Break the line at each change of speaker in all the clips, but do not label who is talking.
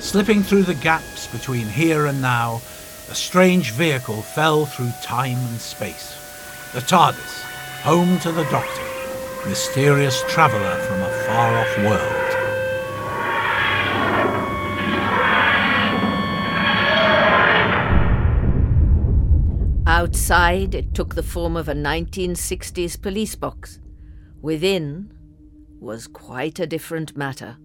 Slipping through the gaps between here and now, a strange vehicle fell through time and space. The TARDIS, home to the Doctor, mysterious traveller from a far off world.
Outside, it took the form of a 1960s police box. Within was quite a different matter.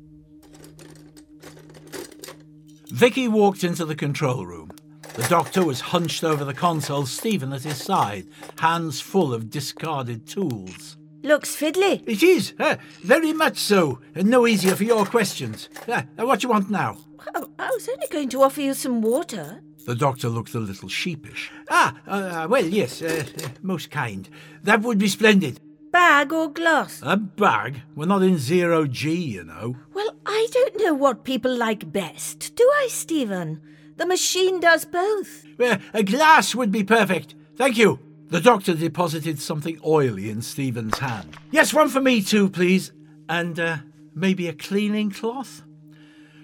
Vicky walked into the control room. The Doctor was hunched over the console, Stephen at his side, hands full of discarded tools.
Looks fiddly.
It is, eh, very much so, and no easier for your questions. Eh, what you want now?
Oh, I was only going to offer you some water.
The doctor looked a little sheepish. Ah, uh, uh, well, yes, uh, uh, most kind. That would be splendid.
Bag or glass?
A bag? We're not in zero G, you know.
Well, I don't know what people like best, do I, Stephen? The machine does both.
Uh, a glass would be perfect. Thank you. The doctor deposited something oily in Stephen's hand. Yes, one for me too, please. And uh, maybe a cleaning cloth?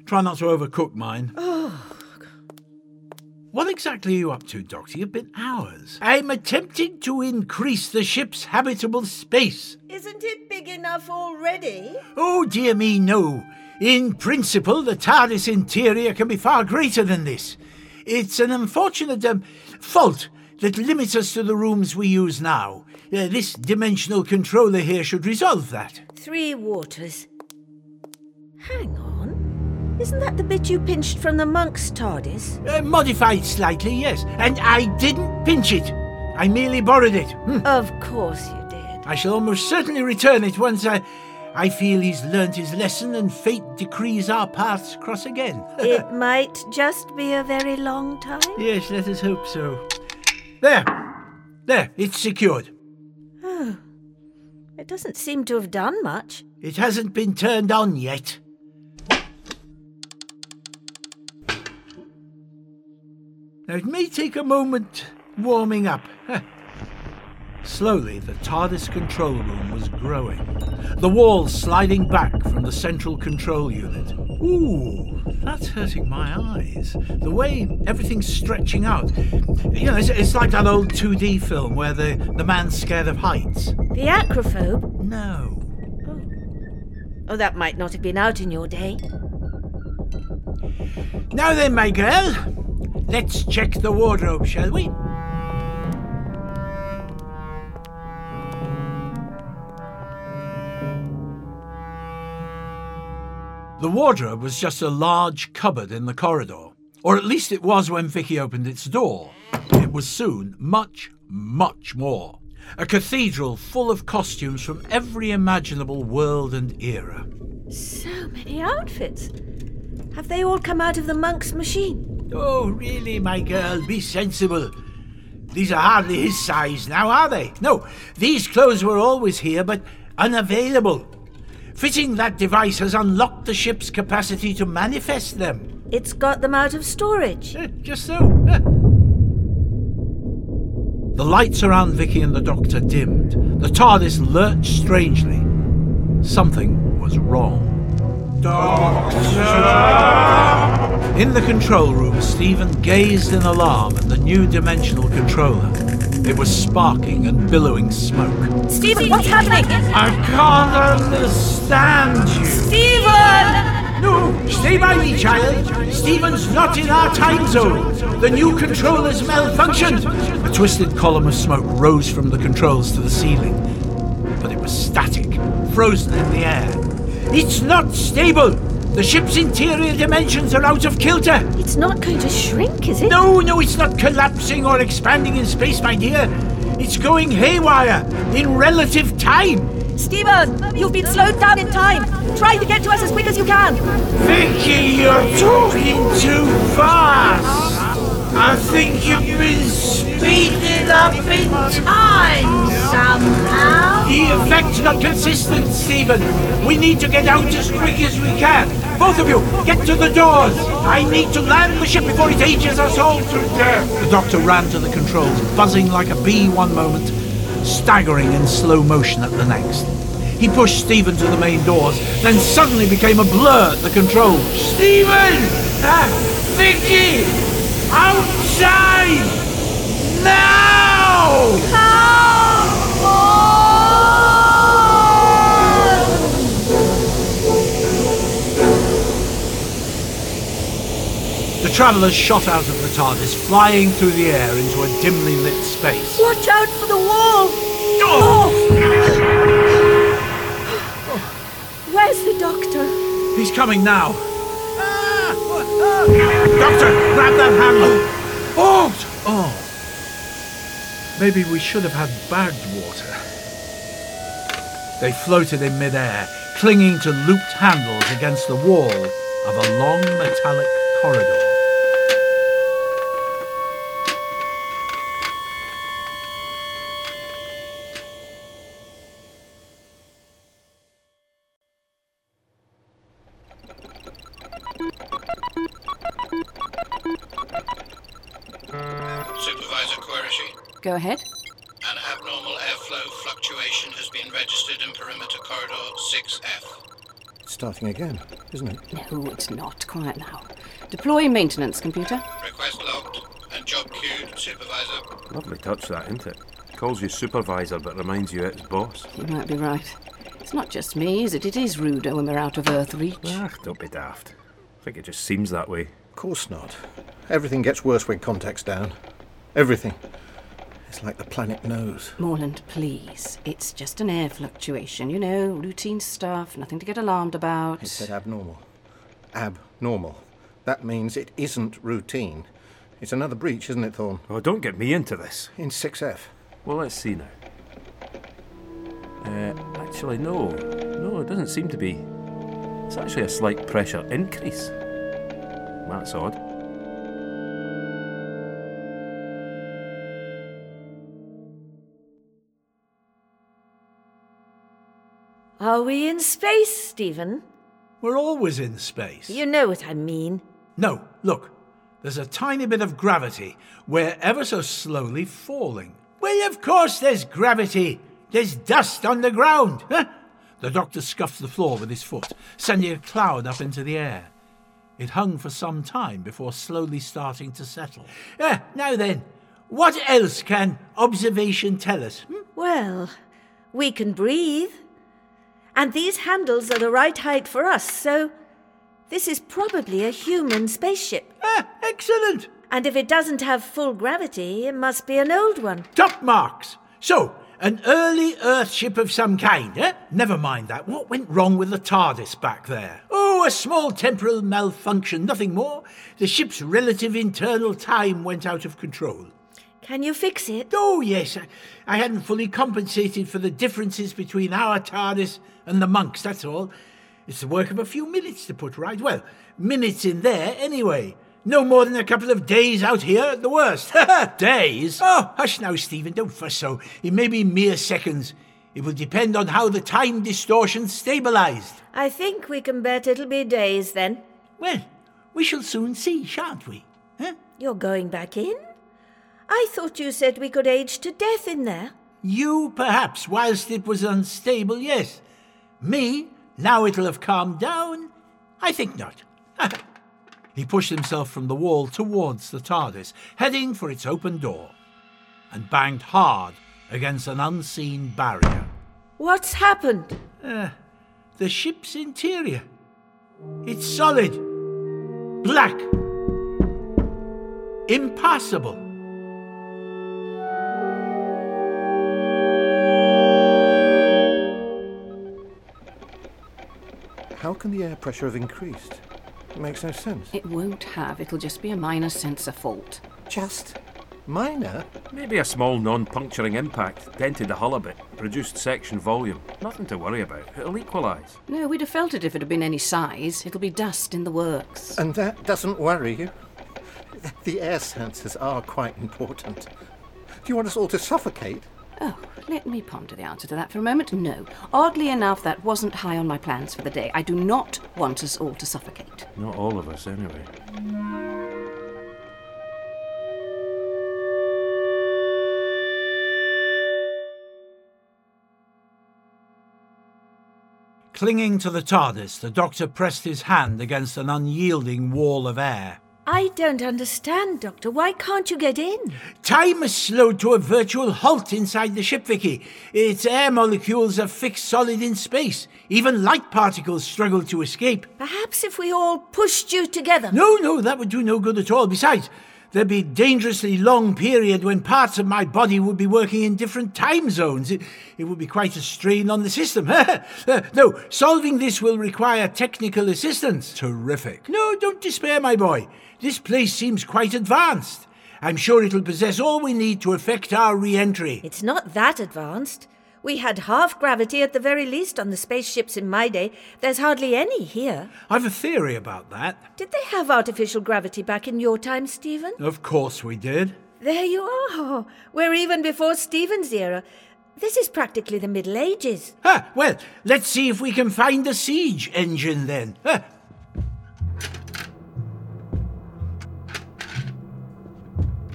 Try not to overcook mine. What exactly are you up to, Doctor? You've been hours. I'm attempting to increase the ship's habitable space.
Isn't it big enough already?
Oh, dear me, no. In principle, the TARDIS interior can be far greater than this. It's an unfortunate um, fault that limits us to the rooms we use now. Uh, this dimensional controller here should resolve that.
Three waters. Hang on. Isn't that the bit you pinched from the monk's TARDIS?
Uh, modified slightly, yes. And I didn't pinch it. I merely borrowed it. Hmm.
Of course you did.
I shall almost certainly return it once I. I feel he's learnt his lesson and fate decrees our paths cross again.
It might just be a very long time.
Yes, let us hope so. There. There, it's secured.
Oh. It doesn't seem to have done much.
It hasn't been turned on yet. Now, it may take a moment warming up. Huh. Slowly, the TARDIS control room was growing. The walls sliding back from the central control unit. Ooh, that's hurting my eyes. The way everything's stretching out. You know, it's, it's like that old 2D film where the, the man's scared of heights.
The acrophobe?
No.
Oh, that might not have been out in your day.
Now then, my girl, let's check the wardrobe, shall we? The wardrobe was just a large cupboard in the corridor, or at least it was when Vicky opened its door. It was soon much, much more. A cathedral full of costumes from every imaginable world and era.
So many outfits. Have they all come out of the monk's machine?
Oh, really, my girl, be sensible. These are hardly his size now, are they? No, these clothes were always here, but unavailable. Fitting that device has unlocked the ship's capacity to manifest them.
It's got them out of storage.
Eh, Just so. eh. The lights around Vicky and the doctor dimmed. The TARDIS lurched strangely. Something was wrong. In the control room, Stephen gazed in alarm at the new dimensional controller. It was sparking and billowing smoke.
Stephen, what's happening?
I can't understand you.
Stephen!
No, stay by me, child. Stephen's not in our time zone. The new controller's malfunctioned. A twisted column of smoke rose from the controls to the ceiling, but it was static, frozen in the air. It's not stable. The ship's interior dimensions are out of kilter.
It's not going to shrink, is it?
No, no, it's not collapsing or expanding in space, my dear. It's going haywire in relative time.
Steven, you've been slowed down in time. Try to get to us as quick as you can.
Vicky, you're talking too fast. I think you've been speeding up in time somehow. The effect's not consistent, Stephen. We need to get out as quick as we can. Both of you, get to the doors. I need to land the ship before it ages us all to death. The doctor ran to the controls, buzzing like a bee one moment, staggering in slow motion at the next. He pushed Stephen to the main doors, then suddenly became a blur at the controls. Stephen! Ah, Vicky! Outside! Now! The travellers shot out of the TARDIS, flying through the air into a dimly lit space.
Watch out for the wall.
Oh!
Where's the doctor?
He's coming now. Doctor, grab that handle. Halt! Oh. Maybe we should have had bagged water. They floated in midair, clinging to looped handles against the wall of a long metallic corridor.
Supervisor Querishy,
Go ahead.
an abnormal airflow fluctuation has been registered in perimeter corridor 6F.
Starting again, isn't it?
No, it's not. Quiet now. Deploy maintenance computer.
Request logged and job queued, Supervisor.
Lovely touch, that, isn't it? Calls you supervisor, but reminds you it's boss.
You might be right. It's not just me, is it? It is ruder when we're out of Earth reach.
Ah, don't be daft. I think it just seems that way.
Of course not. Everything gets worse when contact's down. Everything. It's like the planet knows.
Morland, please. It's just an air fluctuation, you know, routine stuff, nothing to get alarmed about.
It said uh, abnormal. Abnormal. That means it isn't routine. It's another breach, isn't it, Thorn?
Oh, don't get me into this.
In 6F.
Well, let's see now. Uh, actually, no. No, it doesn't seem to be. It's actually a slight pressure increase. That's odd.
Are we in space, Stephen?
We're always in space.
You know what I mean.
No, look. There's a tiny bit of gravity. We're ever so slowly falling. Well, of course there's gravity. There's dust on the ground. Huh? The doctor scuffed the floor with his foot, sending a cloud up into the air. It hung for some time before slowly starting to settle. Ah, now then, what else can observation tell us? hmm?
Well, we can breathe. And these handles are the right height for us, so this is probably a human spaceship.
Ah, excellent!
And if it doesn't have full gravity, it must be an old one.
Top marks. So, an early Earthship of some kind, eh? Never mind that. What went wrong with the TARDIS back there? Oh, a small temporal malfunction, nothing more. The ship's relative internal time went out of control.
Can you fix it?
Oh, yes, I, I hadn't fully compensated for the differences between our TARDIS and the monks, that's all. It's the work of a few minutes to put right. Well, minutes in there, anyway. No more than a couple of days out here at the worst. days? Oh, hush now, Stephen, don't fuss so. It may be mere seconds. It will depend on how the time distortion's stabilized.
I think we can bet it'll be days then.
Well, we shall soon see, shan't we? Huh?
You're going back in? I thought you said we could age to death in there.
You, perhaps, whilst it was unstable, yes. Me, now it'll have calmed down? I think not. he pushed himself from the wall towards the TARDIS, heading for its open door, and banged hard against an unseen barrier. Uh,
What's happened?
The ship's interior. It's solid, black, impassable.
How can the air pressure have increased? It makes no sense.
It won't have. It'll just be a minor sensor fault.
Just minor?
Maybe a small non puncturing impact dented the hull a bit, reduced section volume. Nothing to worry about. It'll equalise.
No, we'd have felt it if it had been any size. It'll be dust in the works.
And that doesn't worry you? The air sensors are quite important. Do you want us all to suffocate?
Oh, let me ponder the answer to that for a moment. No. Oddly enough, that wasn't high on my plans for the day. I do not want us all to suffocate.
Not all of us, anyway.
Clinging to the TARDIS, the doctor pressed his hand against an unyielding wall of air.
I don't understand, Doctor. Why can't you get in?
Time has slowed to a virtual halt inside the ship, Vicky. Its air molecules are fixed solid in space. Even light particles struggle to escape.
Perhaps if we all pushed you together.
No, no, that would do no good at all. Besides, there'd be a dangerously long period when parts of my body would be working in different time zones. It, it would be quite a strain on the system. Uh, no, solving this will require technical assistance. Terrific. No, don't despair, my boy. This place seems quite advanced. I'm sure it'll possess all we need to effect our re entry.
It's not that advanced. We had half gravity at the very least on the spaceships in my day. There's hardly any here.
I've a theory about that.
Did they have artificial gravity back in your time, Stephen?
Of course we did.
There you are. We're even before Stephen's era. This is practically the Middle Ages.
Ah, well, let's see if we can find the siege engine then. Ah,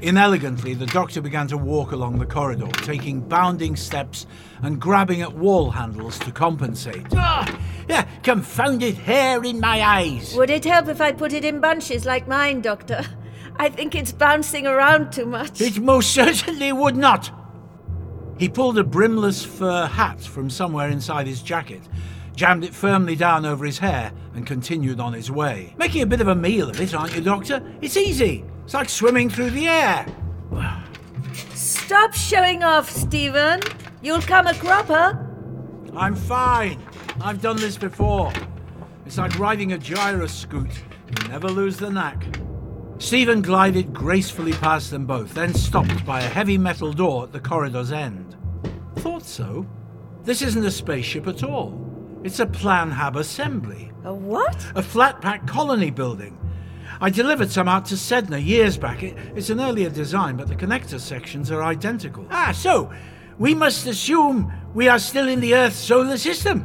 Inelegantly, the doctor began to walk along the corridor, taking bounding steps and grabbing at wall handles to compensate. Ah, yeah, confounded hair in my eyes.
Would it help if I put it in bunches like mine, Doctor? I think it's bouncing around too much.
It most certainly would not. He pulled a brimless fur hat from somewhere inside his jacket, jammed it firmly down over his hair, and continued on his way. Making a bit of a meal of it, aren't you, Doctor? It's easy. It's like swimming through the air.
Stop showing off, Stephen. You'll come a cropper.
I'm fine. I've done this before. It's like riding a gyro scoot. You never lose the knack. Stephen glided gracefully past them both, then stopped by a heavy metal door at the corridor's end. Thought so. This isn't a spaceship at all. It's a Plan Hab assembly,
A what?
a flat pack colony building. I delivered some out to Sedna years back. It- it's an earlier design, but the connector sections are identical. Ah, so we must assume we are still in the Earth's solar system.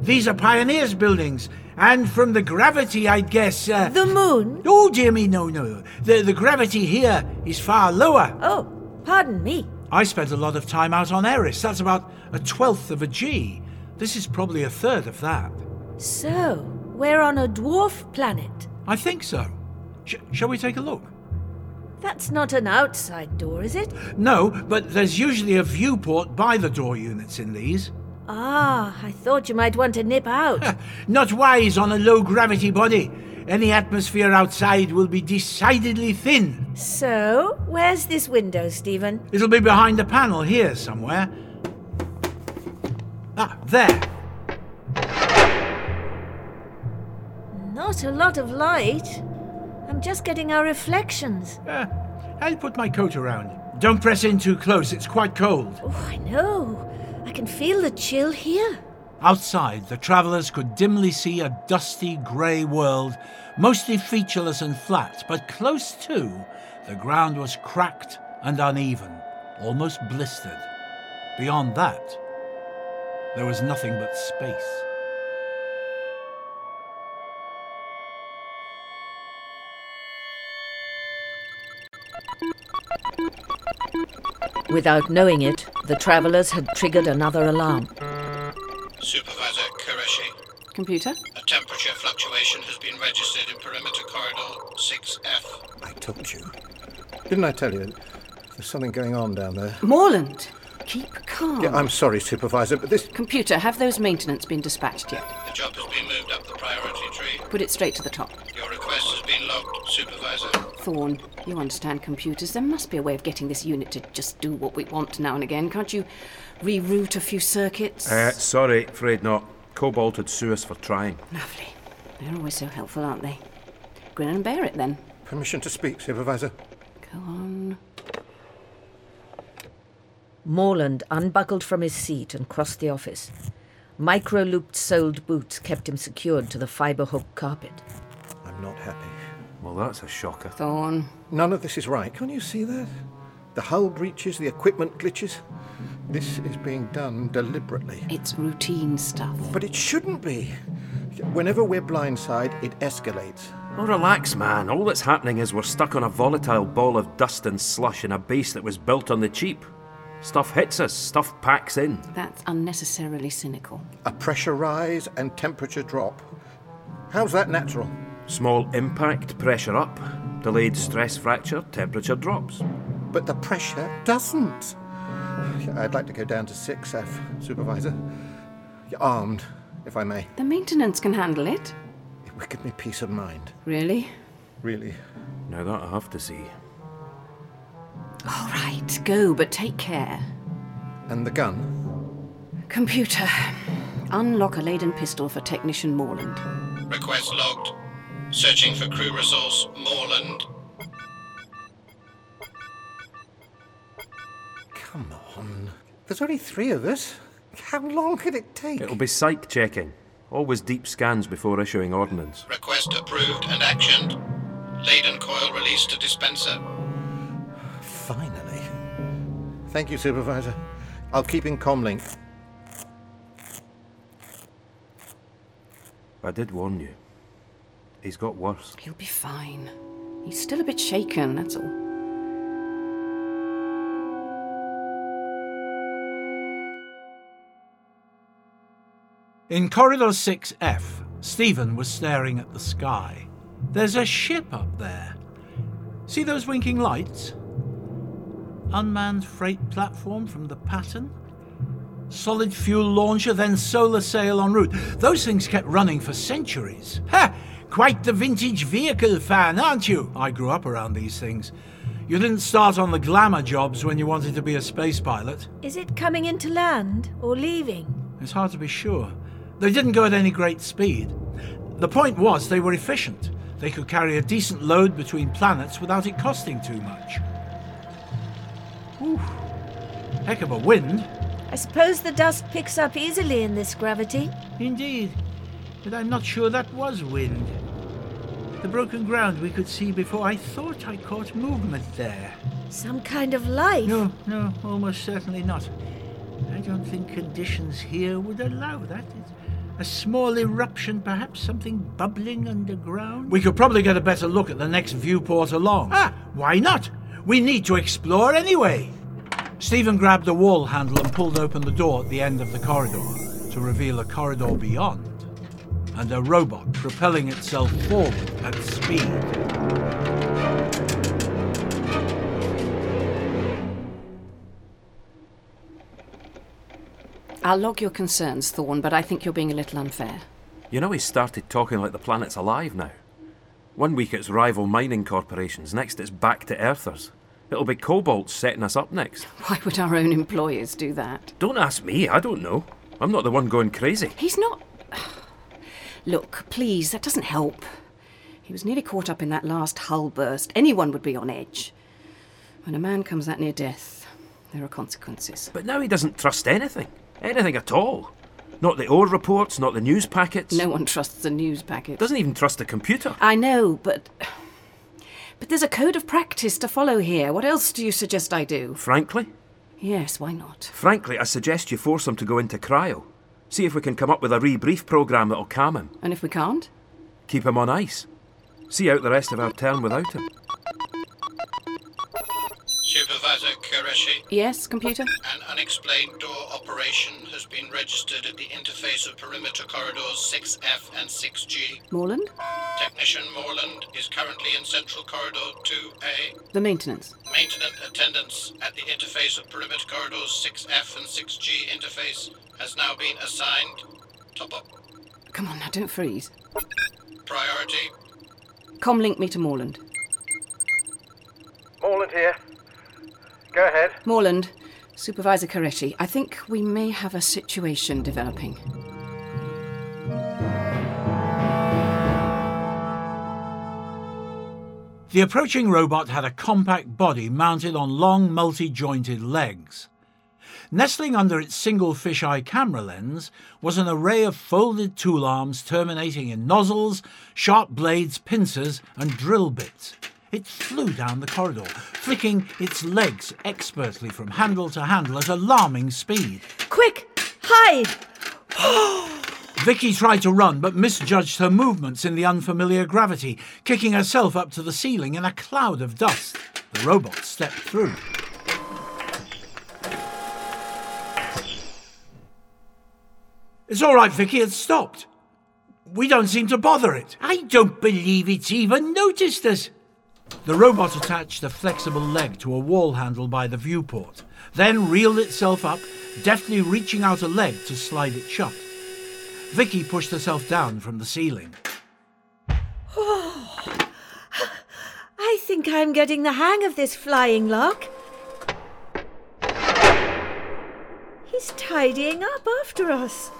These are pioneers' buildings, and from the gravity, I'd guess. Uh,
The moon?
oh dear me, no, no. The the gravity here is far lower.
Oh, pardon me.
I spent a lot of time out on Eris. That's about a twelfth of a G. This is probably a third of that.
So, we're on a dwarf planet.
I think so. Sh- shall we take a look?
That's not an outside door, is it?
No, but there's usually a viewport by the door units in these.
Ah, I thought you might want to nip out.
Not wise on a low gravity body. Any atmosphere outside will be decidedly thin.
so, where's this window, Stephen?
It'll be behind the panel here somewhere. Ah, there.
Not a lot of light. I'm just getting our reflections.
Uh, I'll put my coat around. Don't press in too close, it's quite cold.
Oh, I know. I can feel the chill here.
Outside, the travellers could dimly see a dusty grey world, mostly featureless and flat, but close to, the ground was cracked and uneven, almost blistered. Beyond that, there was nothing but space.
Without knowing it, the travelers had triggered another alarm.
Supervisor Qureshi,
Computer?
a temperature fluctuation has been registered in perimeter corridor 6F.
I told you. Didn't I tell you? There's something going on down there.
Morland, keep calm.
Yeah, I'm sorry, Supervisor, but this.
Computer, have those maintenance been dispatched yet?
The job has been moved up the priority tree.
Put it straight to the top.
Your request has been logged, Supervisor.
Thorn, you understand computers. There must be a way of getting this unit to just do
Uh,
what we want now and again. Can't you reroute a few circuits?
Uh, sorry, afraid not. Cobalt would sue us for trying.
Lovely. They're always so helpful, aren't they? Grin and bear it then.
Permission to speak, Supervisor.
Go on.
Morland unbuckled from his seat and crossed the office. Micro looped soled boots kept him secured to the fibre hook carpet.
I'm not happy.
Well, that's a shocker.
Thorn.
None of this is right. Can't you see that? The hull breaches, the equipment glitches. This is being done deliberately.
It's routine stuff.
But it shouldn't be. Whenever we're blindsided, it escalates.
Oh, relax, man. All that's happening is we're stuck on a volatile ball of dust and slush in a base that was built on the cheap. Stuff hits us, stuff packs in.
That's unnecessarily cynical.
A pressure rise and temperature drop. How's that natural?
Small impact, pressure up. Delayed stress fracture, temperature drops.
But the pressure doesn't. I'd like to go down to 6F, Supervisor. You're Armed, if I may.
The maintenance can handle it.
It would give me peace of mind.
Really?
Really.
Now that I have to see.
All right, go, but take care.
And the gun?
Computer. Unlock a laden pistol for Technician Morland.
Request logged. Searching for crew resource Moreland.
Come on. There's only three of us. How long could it take?
It'll be psych checking. Always deep scans before issuing ordnance.
Request approved and actioned. Laden coil released to dispenser.
Finally. Thank you, Supervisor. I'll keep in comlink.
I did warn you. He's got worse.
He'll be fine. He's still a bit shaken, that's all.
In Corridor 6F, Stephen was staring at the sky. There's a ship up there. See those winking lights? Unmanned freight platform from the pattern? Solid fuel launcher, then solar sail en route. Those things kept running for centuries. Ha! Quite the vintage vehicle fan, aren't you? I grew up around these things. You didn't start on the glamour jobs when you wanted to be a space pilot.
Is it coming into land or leaving?
It's hard to be sure. They didn't go at any great speed. The point was they were efficient. They could carry a decent load between planets without it costing too much. Whew. Heck of a wind.
I suppose the dust picks up easily in this gravity.
Indeed. But I'm not sure that was wind. The broken ground we could see before I thought I caught movement there.
Some kind of life.
No, no, almost certainly not. I don't think conditions here would allow Oh, that. It's a small eruption, perhaps something bubbling underground. We could probably get a better look at the next viewport along. Ah, why not? We need to explore anyway. Stephen grabbed a wall handle and pulled open the door at the end of the corridor to reveal a corridor beyond and a robot propelling itself forward at speed.
I'll log your concerns, Thorn, but I think you're being a little unfair.
You know, he started talking like the planet's alive now. One week it's rival mining corporations, next it's back to Earthers. It'll be Cobalt setting us up next.
Why would our own employers do that?
Don't ask me, I don't know. I'm not the one going crazy.
He's not. Look, please, that doesn't help. He was nearly caught up in that last hull burst. Anyone would be on edge. When a man comes that near death, there are consequences.
But now he doesn't trust anything. Anything at all. Not the ore reports, not the news packets.
No one trusts a news packet.
Doesn't even trust the computer.
I know, but. But there's a code of practice to follow here. What else do you suggest I do?
Frankly,
Yes, why not?
frankly, I suggest you force him to go into cryo. See if we can come up with a rebrief program that'll calm him.
And if we can't?
Keep him on ice. See out the rest of our term without him.
Supervisor Qureshi,
Yes, computer?
an unexplained door operation has been registered at the interface of perimeter corridors 6F and 6G.
Morland?
Technician Moreland is currently in Central Corridor 2A.
The maintenance.
Maintenance attendance at the interface of perimeter corridors 6F and 6G interface has now been assigned. Top up.
Come on now, don't freeze.
Priority.
Comlink me to Morland.
Morland here. Go ahead.
Morland, Supervisor Koreshi, I think we may have a situation developing.
The approaching robot had a compact body mounted on long, multi jointed legs. Nestling under its single fisheye camera lens was an array of folded tool arms terminating in nozzles, sharp blades, pincers, and drill bits. It flew down the corridor, flicking its legs expertly from handle to handle at alarming speed.
Quick, hide!
Vicky tried to run, but misjudged her movements in the unfamiliar gravity, kicking herself up to the ceiling in a cloud of dust. The robot stepped through. It's all right, Vicky, it's stopped. We don't seem to bother it. I don't believe it's even noticed us. The robot attached a flexible leg to a wall handle by the viewport, then reeled itself up, deftly reaching out a leg to slide it shut. Vicky pushed herself down from the ceiling.
Oh, I think I'm getting the hang of this flying lark. He's tidying up after us.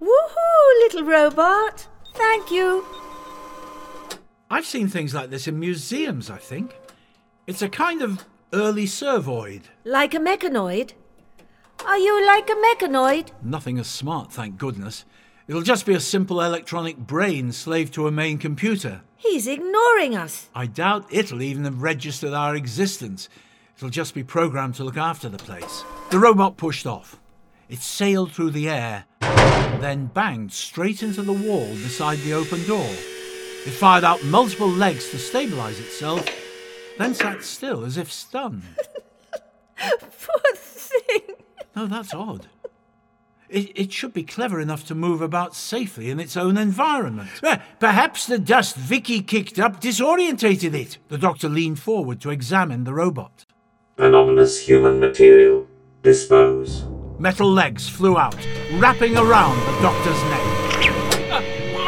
Woohoo, little robot! Thank you.
I've seen things like this in museums, I think. It's a kind of early servoid.
Like a mechanoid? Are you like a mechanoid?
Nothing as smart, thank goodness. It'll just be a simple electronic brain slave to a main computer.
He's ignoring us.
I doubt it'll even have registered our existence. It'll just be programmed to look after the place. The robot pushed off. It sailed through the air, then banged straight into the wall beside the open door. It fired out multiple legs to stabilize itself, then sat still as if stunned.
Poor thing.
No, that's odd. It, it should be clever enough to move about safely in its own environment. Eh, Perhaps the dust Vicky kicked up disorientated it. The doctor leaned forward to examine the robot.
Anomalous human material. Dispose.
Metal legs flew out, wrapping around the doctor's neck.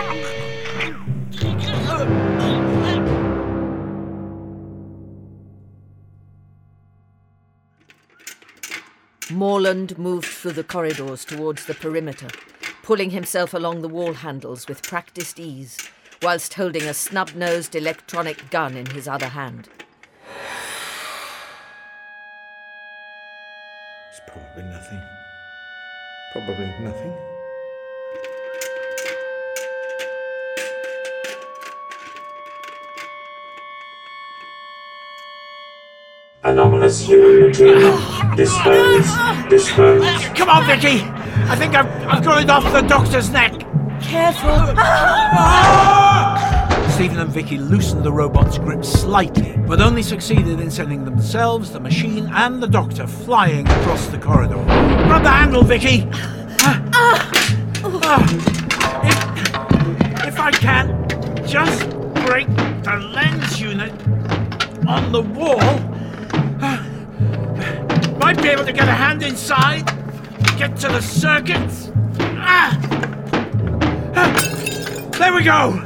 Morland moved through the corridors towards the perimeter, pulling himself along the wall handles with practiced ease, whilst holding a snub nosed electronic gun in his other hand.
It's probably nothing. Probably nothing.
Anomalous human material. Dispose. Dispose.
Come on, Vicky! I think I've, I've got it off the doctor's neck!
Careful.
Stephen and Vicky loosened the robot's grip slightly, but only succeeded in sending themselves, the machine, and the doctor flying across the corridor. Grab the handle, Vicky! Ah. Ah. If, if I can, just break the lens unit on the wall. Ah. Might be able to get a hand inside, get to the circuits. Ah. Ah. There we go!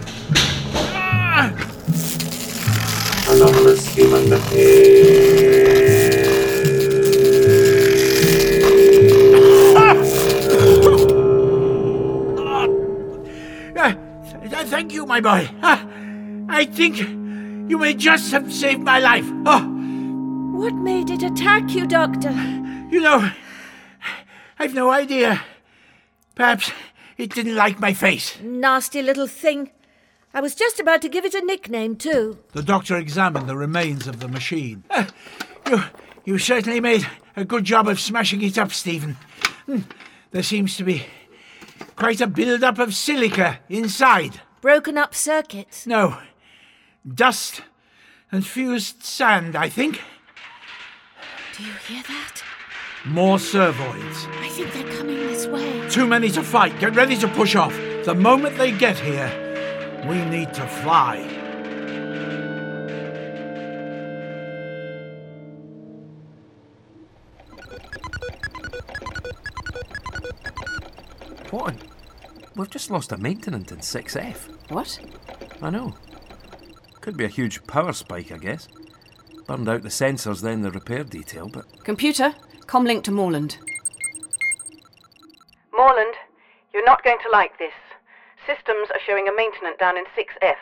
Ah.
Anomalous human material.
Uh, th- thank you, my boy. Ah, I think you may just have saved my life. Oh,
What made it attack you, Doctor?
you know, I've no idea. Perhaps it didn't like my face.
Nasty little thing. I was just about to give it a nickname, too.
The doctor examined the remains of the machine. Uh, you, you certainly made a good job of smashing it up, Stephen. Hmm, There seems to be quite a build-up of silica inside.
Broken up circuits.
No. Dust and fused sand, I think.
Do you hear that?
More servoids.
I think they're coming this way.
Too many to fight. Get ready to push off. The moment they get here, we need to fly.
What? on- We've just lost a maintenance in 6F.
What?
I know. Could be a huge power spike, I guess. Burned out the sensors, then the repair detail, but
Computer, comlink to Morland.
Morland, you're not going to like this. Systems are showing a maintenance down in 6F.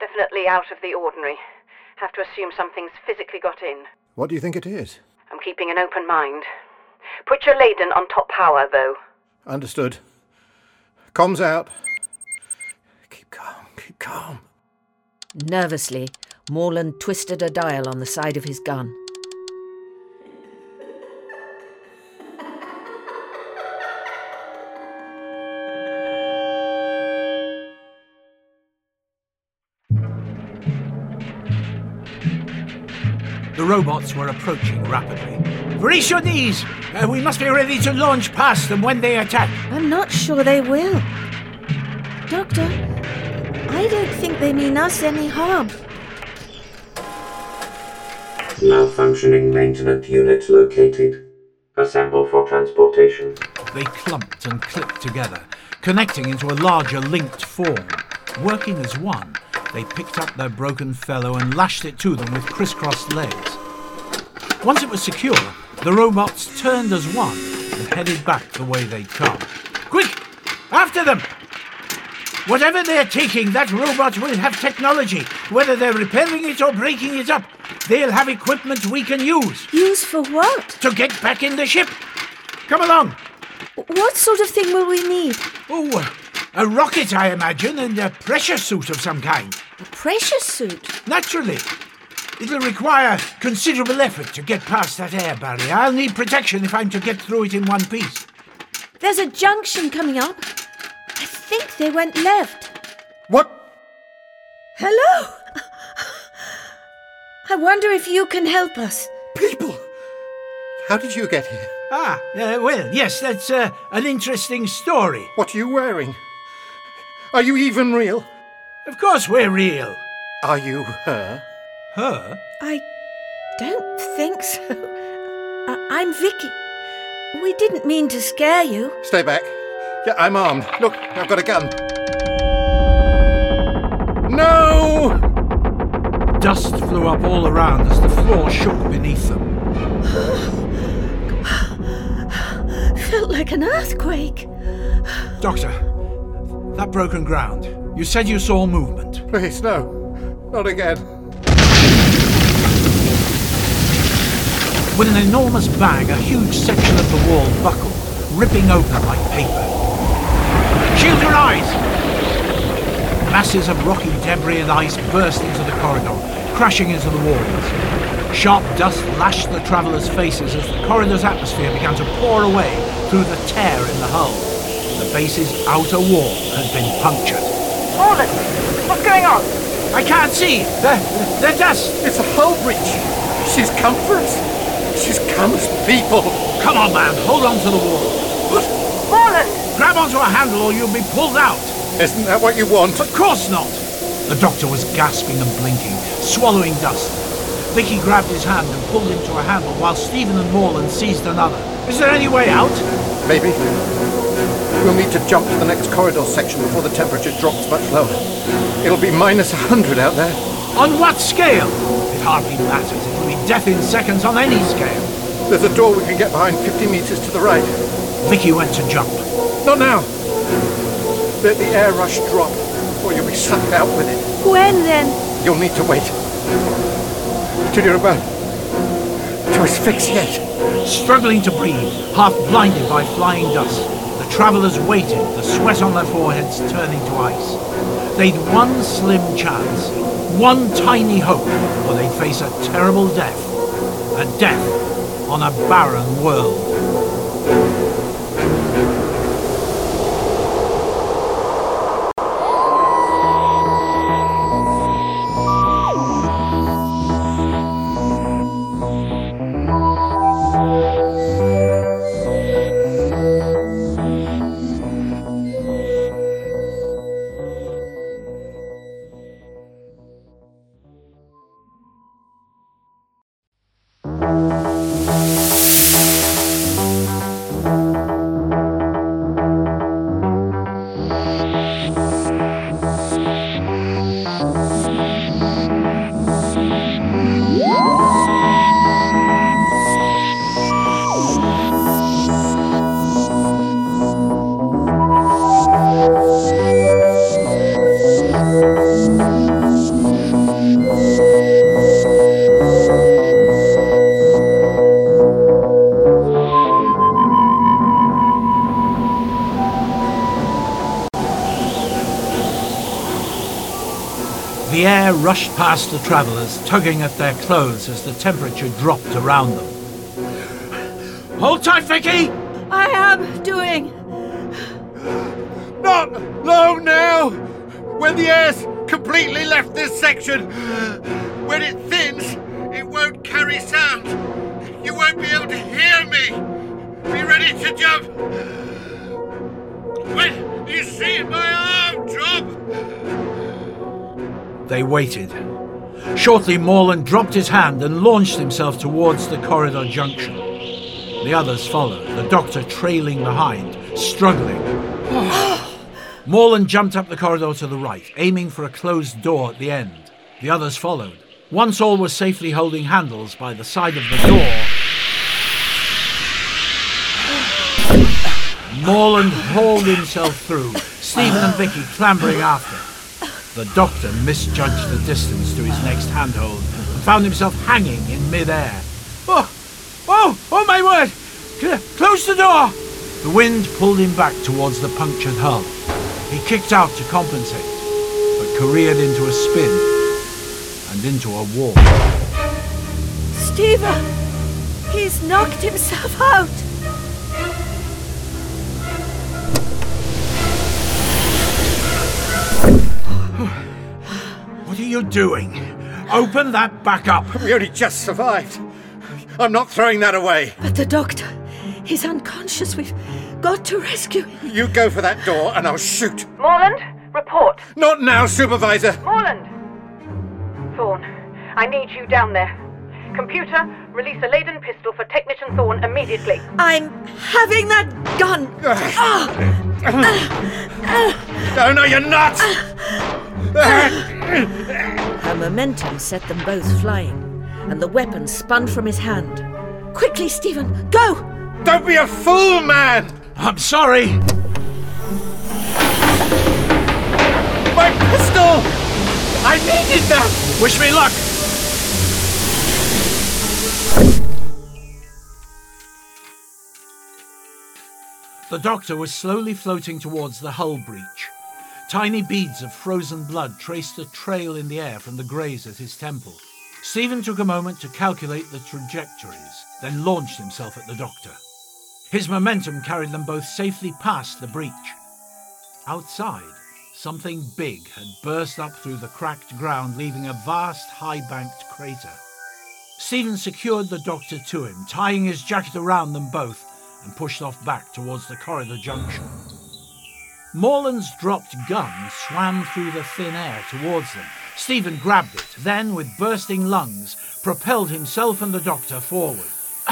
Definitely out of the ordinary. Have to assume something's physically got in.
What do you think it is?
I'm keeping an open mind. Put your laden on top power, though.
Understood. Comms out. Keep calm, keep calm.
Nervously, Morland twisted a dial on the side of his gun.
The robots were approaching rapidly. Brace your knees! Uh, we must be ready to launch past them when they attack.
I'm not sure they will. Doctor, I don't think they mean us any harm.
Malfunctioning maintenance unit located. Assemble for transportation.
They clumped and clipped together, connecting into a larger linked form. Working as one, they picked up their broken fellow and lashed it to them with crisscrossed legs. Once it was secure, the robots turned as one and headed back the way they'd come. Quick! After them! Whatever they're taking, that robot will have technology. Whether they're repairing it or breaking it up, they'll have equipment we can use
Use for what?
to get back in the ship. Come along!
What sort of thing will we need?
Oh, a rocket, I imagine, and a pressure suit of some kind.
A pressure suit.
Naturally. It'll require considerable effort to get past that air barrier. I'll need protection if I'm to get through it in one piece.
There's a junction coming up. I think they went left.
What?
Hello? I wonder if you can help us.
People! How did you get here?
Ah, uh, well, yes, that's uh, an interesting story.
What are you wearing? Are you even real?
Of course, we're real.
Are you her?
Her?
I don't think so. I- I'm Vicky. We didn't mean to scare you.
Stay back. Yeah, I'm armed. Look, I've got a gun. No!
Dust flew up all around as the floor shook beneath them.
Felt like an earthquake.
Doctor, that broken ground. You said you saw movement.
Please, no. Not again.
With an enormous bang, a huge section of the wall buckled, ripping open like paper. Shield your eyes! Masses of rocky debris and ice burst into the corridor, crashing into the walls. Sharp dust lashed the travelers' faces as the corridor's atmosphere began to pour away through the tear in the hull. The base's outer wall had been punctured.
Morland, what's going on?
I can't see! The, the dust!
It's a hull breach. She's come for us. She's come as people.
Come on, man, hold on to the wall.
Morland!
Grab onto a handle or you'll be pulled out!
Isn't that what you want?
Of course not! The doctor was gasping and blinking, swallowing dust. Vicky grabbed his hand and pulled him to a handle while Stephen and Morland seized another. Is there any way out?
Maybe. We'll need to jump to the next corridor section before the temperature drops much lower. It'll be minus 100 out there.
On what scale? It hardly matters. It will be death in seconds on any scale.
There's a door we can get behind 50 meters to the right.
Vicky went to jump.
Not now. Let the air rush drop, or you'll be sucked out with it.
When then?
You'll need to wait. Till you're about to asphyxiate.
Struggling to breathe, half blinded by flying dust, the travellers waited, the sweat on their foreheads turning to ice. They'd one slim chance, one tiny hope, or they'd face a terrible death. A death on a barren world. The air rushed past the travelers, tugging at their clothes as the temperature dropped around them. Hold tight, Vicky!
I am doing.
Not long now! When the air's completely left this section, when it thins, it won't carry sound. You won't be able to hear me! Be ready to jump! When you see my arm drop!
They waited. Shortly, Morland dropped his hand and launched himself towards the corridor junction. The others followed, the doctor trailing behind, struggling. Morland jumped up the corridor to the right, aiming for a closed door at the end. The others followed. Once all were safely holding handles by the side of the door, Morland hauled himself through, Stephen and Vicky clambering after. The doctor misjudged the distance to his next handhold and found himself hanging in midair. Oh, oh, oh my word! C- close the door! The wind pulled him back towards the punctured hull. He kicked out to compensate, but careered into a spin and into a wall.
Steve, he's knocked himself out.
What are you doing? Open that back up!
We only just survived. I'm not throwing that away.
But the doctor, he's unconscious. We've got to rescue him.
You go for that door and I'll shoot.
Morland, report.
Not now, Supervisor.
Morland! Thorn, I need you down there. Computer, release a laden pistol for Technician Thorn immediately.
I'm having that gun.
No, no, you're not!
Her momentum set them both flying, and the weapon spun from his hand.
Quickly, Stephen, go!
Don't be a fool, man!
I'm sorry!
My pistol! I needed that!
Wish me luck! The doctor was slowly floating towards the hull breach. Tiny beads of frozen blood traced a trail in the air from the graze at his temple. Stephen took a moment to calculate the trajectories, then launched himself at the doctor. His momentum carried them both safely past the breach. Outside, something big had burst up through the cracked ground, leaving a vast, high banked crater. Stephen secured the doctor to him, tying his jacket around them both, and pushed off back towards the corridor junction. Morland's dropped gun swam through the thin air towards them. Stephen grabbed it, then, with bursting lungs, propelled himself and the doctor forward.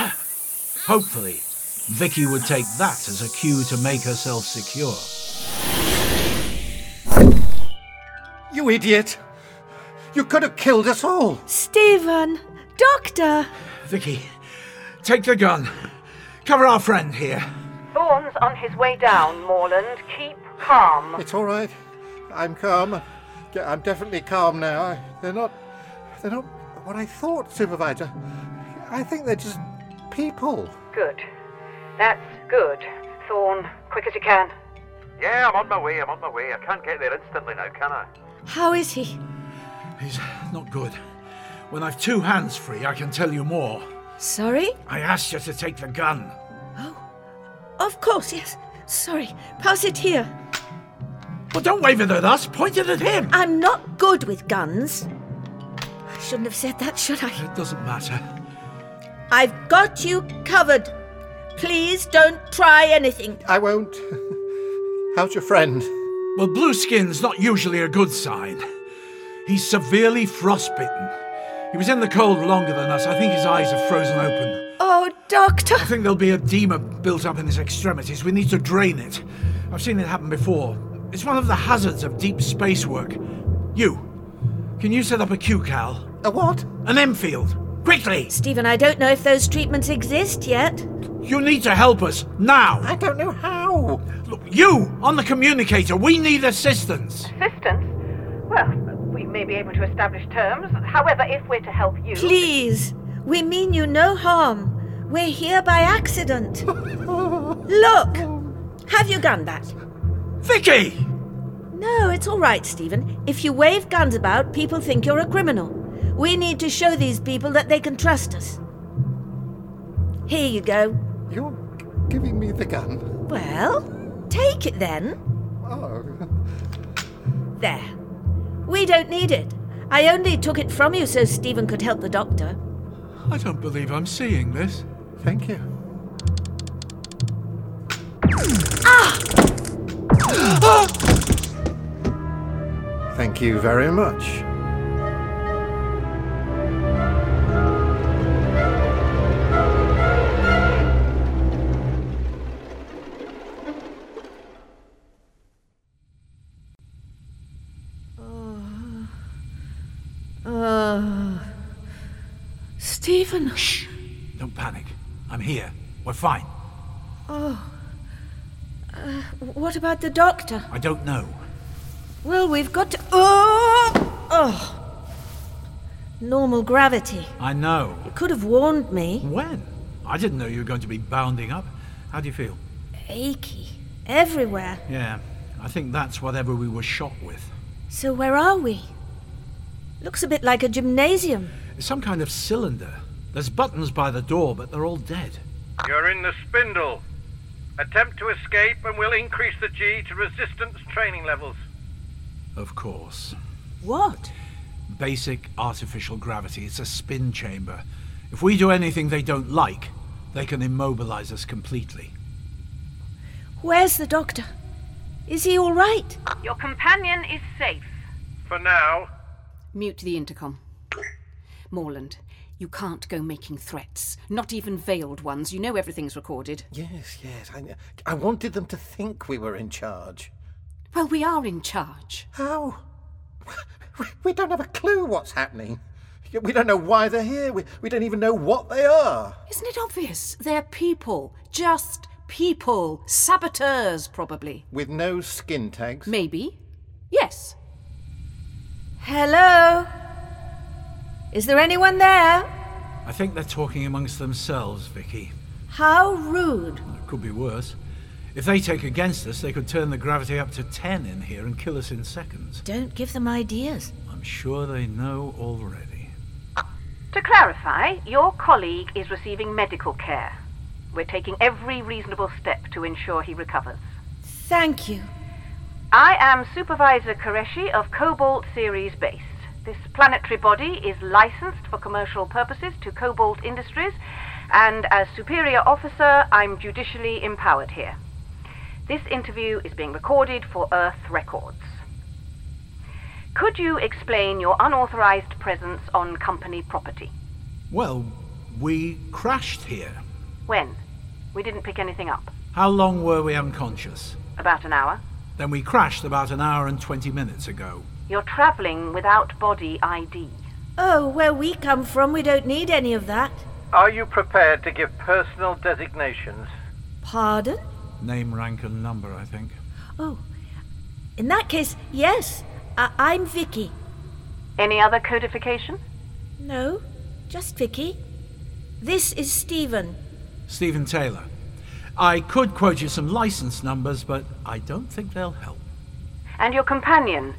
Hopefully, Vicky would take that as a cue to make herself secure.
You idiot! You could have killed us all!
Stephen, doctor.
Vicky, take the gun. Cover our friend here.
Thorn's on his way down, Morland. Keep calm.
It's all right. I'm calm. Yeah, I'm definitely calm now. I- They're not. They're not what I thought, Supervisor. I think they're just people.
Good. That's good. Thorn, quick as you can.
Yeah, I'm on my way, I'm on my way. I can't get there instantly now, can I?
How is he?
He's not good. When I've two hands free, I can tell you more.
Sorry?
I asked you to take the gun.
Of course, yes. Sorry. Pass it here.
Well, don't wave it at us. Point it at him.
I'm not good with guns. I shouldn't have said that, should I?
It doesn't matter.
I've got you covered. Please don't try anything.
I won't. How's your friend?
Well, blue skin's not usually a good sign. He's severely frostbitten. He was in the cold longer than us. I think his eyes are frozen open.
Oh, Doctor.
I think there'll be edema built up in his extremities. We need to drain it. I've seen it happen before. It's one of the hazards of deep space work. You, can you set up a QCAL?
A what?
An M field? Quickly!
Stephen, I don't know if those treatments exist yet.
You need to help us now!
I don't know how.
Look, you on the communicator, we need assistance!
Assistance? Well, we may be able to establish terms. However, if we're to help you.
Please. We mean you no harm. We're here by accident. Look. Have your gun back.
Vicky!
No, it's all right, Stephen. If you wave guns about, people think you're a criminal. We need to show these people that they can trust us. Here you go.
You're giving me the gun.
Well, take it then.
Oh.
There. We don't need it. I only took it from you so Stephen could help the doctor.
I don't believe I'm seeing this.
Thank you. Thank you very much.
Uh, Stephen. Shh.
Don't panic. I'm here. We're fine.
Oh. Uh, what about the doctor?
I don't know.
Well, we've got to. Oh! oh. Normal gravity.
I know.
You could have warned me.
When? I didn't know you were going to be bounding up. How do you feel?
Achy. Everywhere.
Yeah, I think that's whatever we were shot with.
So, where are we? Looks a bit like a gymnasium.
It's some kind of cylinder. There's buttons by the door, but they're all dead.
You're in the spindle. Attempt to escape, and we'll increase the G to resistance training levels.
Of course.
What?
Basic artificial gravity. It's a spin chamber. If we do anything they don't like, they can immobilize us completely.
Where's the doctor? Is he all right?
Your companion is safe.
For now,
Mute the intercom. Morland, you can't go making threats, not even veiled ones. You know everything's recorded.
Yes, yes. I, I wanted them to think we were in charge.
Well, we are in charge.
How? We- We don't have a clue what's happening. We don't know why they're here. We, we don't even know what they are.
Isn't it obvious? They're people. Just people. Saboteurs, probably.
With no skin tags.
Maybe. Yes.
Hello? Is there anyone there?
I think they're talking amongst themselves, Vicky.
How rude.
It could be worse. If they take against us, they could turn the gravity up to 10 in here and kill us in seconds.
Don't give them ideas.
I'm sure they know already.
To clarify, your colleague is receiving medical care. We're taking every reasonable step to ensure he recovers.
Thank you.
I am Supervisor Koreshi of Cobalt Series Base. This planetary body is licensed for commercial purposes to Cobalt Industries, and as Superior Officer, I'm judicially empowered here. This interview is being recorded for Earth records. Could you explain your unauthorized presence on company property?
Well, we crashed here.
When? We didn't pick anything up.
How long were we unconscious?
About an hour.
Then we crashed about an hour and 20 minutes ago.
You're traveling without body ID.
Oh, where we come from, we don't need any of that.
are you prepared to give personal designations?
Pardon?
Name, rank, and number, I think.
Oh, in that case, yes. I- I'm Vicky.
Any other codification?
No, just Vicky. This is Stephen.
Stephen Taylor. I could quote you some license numbers, but I don't think they'll help.
And your companion,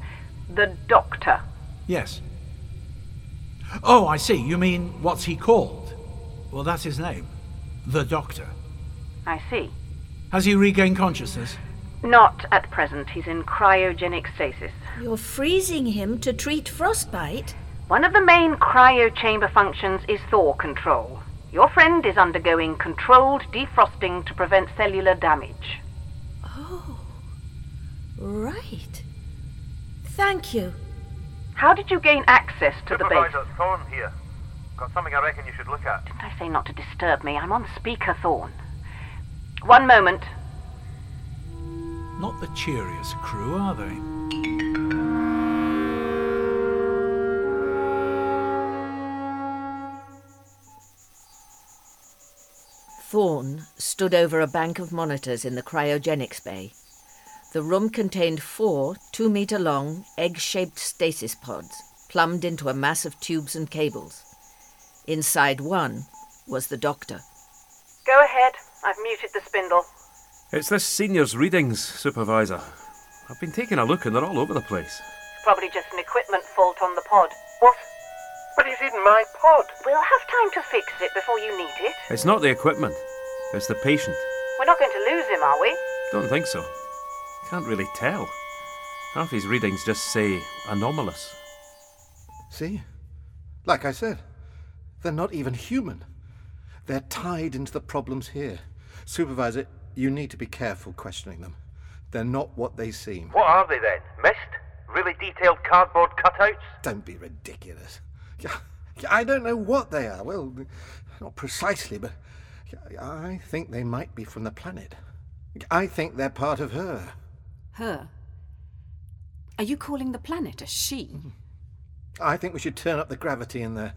the doctor.
Yes. Oh, I see. You mean what's he called? Well, that's his name. The Doctor.
I see.
Has he regained consciousness?
Not at present. He's in cryogenic stasis.
You're freezing him to treat frostbite?
One of the main cryo chamber functions is thaw control. Your friend is undergoing controlled defrosting to prevent cellular damage.
Oh, right. Thank you.
How did you gain access to the base?
Supervisor Thorne here. Got something I reckon you should look at.
I say not to disturb me. I'm on speaker, Thorn. One moment.
Not the cheeriest crew, are they?
Thorn stood over a bank of monitors in the cryogenics bay. The room contained four two meter long, egg shaped stasis pods plumbed into a mass of tubes and cables. Inside one was the doctor.
Go ahead. I've muted the spindle.
It's this senior's readings, Supervisor. I've been taking a look and they're all over the place.
It's probably just an equipment fault on the pod. What? But it's in my pod. We'll have time to fix it before you need it.
It's not the equipment, it's the patient.
We're not going to lose him, are we?
Don't think so. Can't really tell. Half his readings just say anomalous.
See? Like I said, they're not even human. They're tied into the problems here. Supervisor, you need to be careful questioning them. They're not what they seem.
What are they then? Mist? Really detailed cardboard cutouts?
Don't be ridiculous. Yeah, yeah, I don't know what they are. Well, not precisely, but yeah, I think they might be from the planet. I think they're part of her.
Her? Are you calling the planet a she?
I think we should turn up the gravity in there,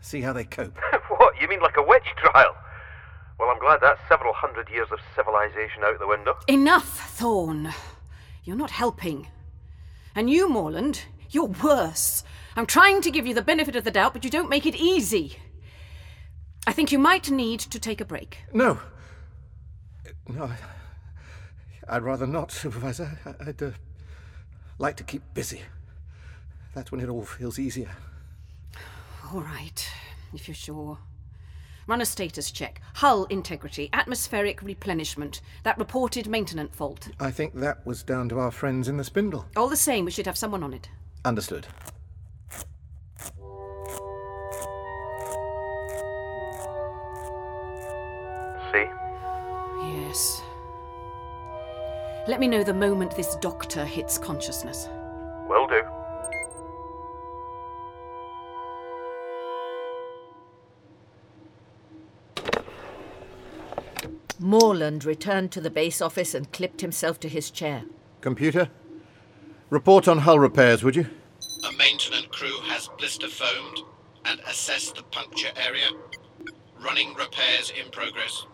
see how they cope.
What? You mean like a witch trial? Well, I'm glad that's several hundred years of civilization out the window.
Enough, Thorn. You're not helping. And you, Morland, you're worse. I'm trying to give you the benefit of the doubt, but you don't make it easy. I think you might need to take a break.
No. No, I- I'd rather not, Supervisor. I- I'd uh, like to keep busy. That's when it all feels easier.
All right, if you're sure. Run a status check. Hull integrity, atmospheric replenishment, that reported maintenance fault.
I think that was down to our friends in the spindle.
All the same, we should have someone on it.
Understood.
See?
Yes. Let me know the moment this doctor hits consciousness.
Will do.
Morland returned to the base office and clipped himself to his chair.
Computer, report on hull repairs, would you?
A maintenance crew has blister foamed and assessed the puncture area. Running repairs in progress.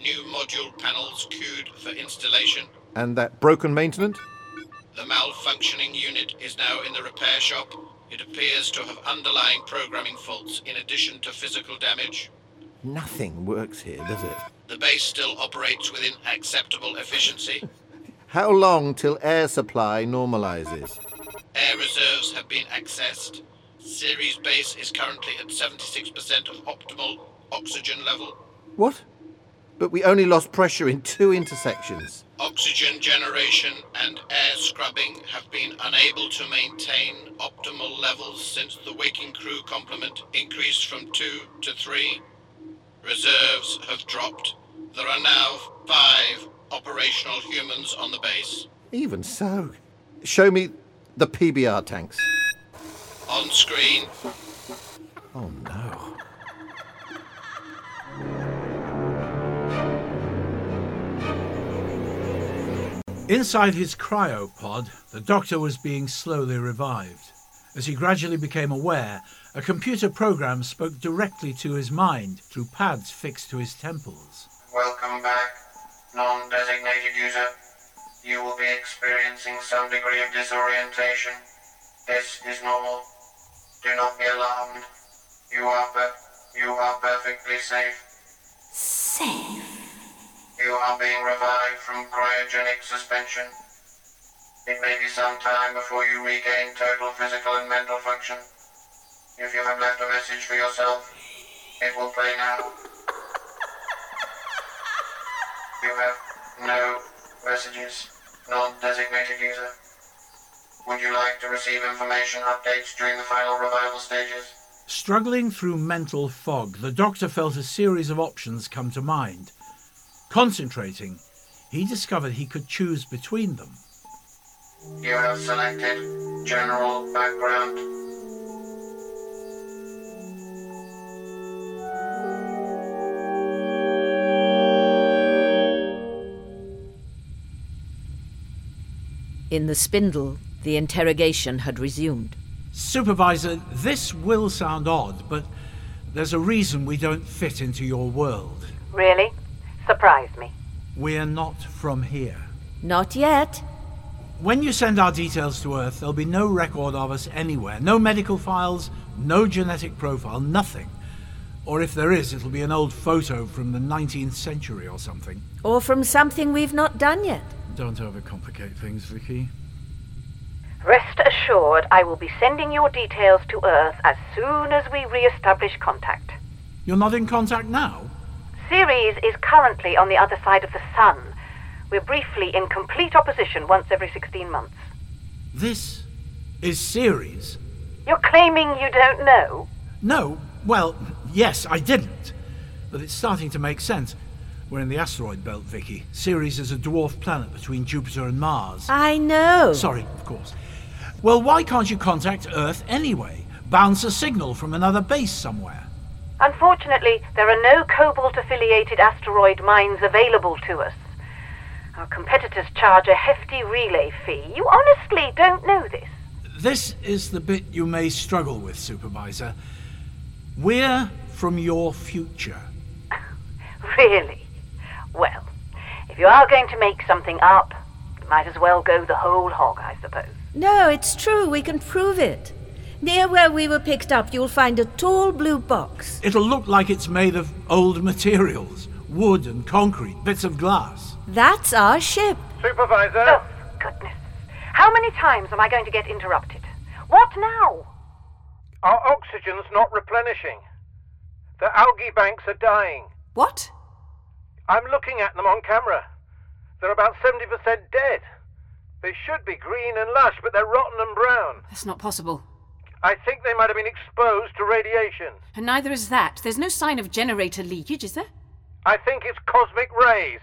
New module panels queued for installation.
And that broken maintenance?
The malfunctioning unit is now in the repair shop. It appears to have underlying programming faults in addition to physical damage.
Nothing works here, does it?
The base still operates within acceptable efficiency.
How long till air supply normalizes?
Air reserves have been accessed. Ceres base is currently at 76% of optimal oxygen level.
What? But we only lost pressure in two intersections.
Oxygen generation and air scrubbing have been unable to maintain optimal levels since the waking crew complement increased from 2 to 3. Reserves have dropped. There are now 5 operational humans on the base.
Even so. Show me the PBR tanks.
On screen,
Oh no.
Inside his cryopod, the doctor was being slowly revived. As he gradually became aware, a computer program spoke directly to his mind through pads fixed to his temples.
Welcome back, non designated user. You will be experiencing some degree of disorientation. This is normal. Do not be alarmed. You are, per- you are perfectly safe.
Safe.
You are being revived from cryogenic suspension. It may be some time before you regain total physical and mental function. If you have left a message for yourself, it will play now. You have no messages, non-designated user. Would you like to receive information updates during the final revival stages?
Struggling through mental fog, the doctor felt a series of options come to mind. Concentrating, he discovered he could choose between them.
You have selected general background.
In the spindle, the interrogation had resumed.
Supervisor, this will sound odd, but there's a reason we don't fit into your world.
Really? Surprise me.
We're not from here.
Not yet.
When you send our details to Earth, there'll be no record of us anywhere. No medical files, no genetic profile, nothing. Or if there is, it'll be an old photo from the 19th century or something.
Or from something we've not done yet.
Don't overcomplicate things, Vicky.
Rest assured, I will be sending your details to Earth as soon as we re-establish contact.
You're not in contact now?
Ceres is currently on the other side of the Sun. We're briefly in complete opposition once every 16 months.
This is Ceres.
You're claiming you don't know?
No, well, yes, I didn't. But it's starting to make sense. We're in the asteroid belt, Vicky. Ceres is a dwarf planet between Jupiter and Mars.
I know.
Sorry, of course. Well, why can't you contact Earth anyway? Bounce a signal from another base somewhere.
Unfortunately, there are no cobalt affiliated asteroid mines available to us. Our competitors charge a hefty relay fee. You honestly don't know this.
This is the bit you may struggle with, Supervisor. We're from your future.
Really? Well, if you are going to make something up, you might as well go the whole hog, I suppose.
No, it's true. We can prove it. Near where we were picked up, you'll find a tall blue box.
It'll look like it's made of old materials wood and concrete, bits of glass.
That's our ship.
Supervisor?
Oh, goodness. How many times am I going to get interrupted? What now?
Our oxygen's not replenishing. The algae banks are dying.
What?
I'm looking at them on camera. They're about 70% dead. They should be green and lush, but they're rotten and brown.
That's not possible.
I think they might have been exposed to radiation.
And neither is that. There's no sign of generator leakage, is there?
I think it's cosmic rays.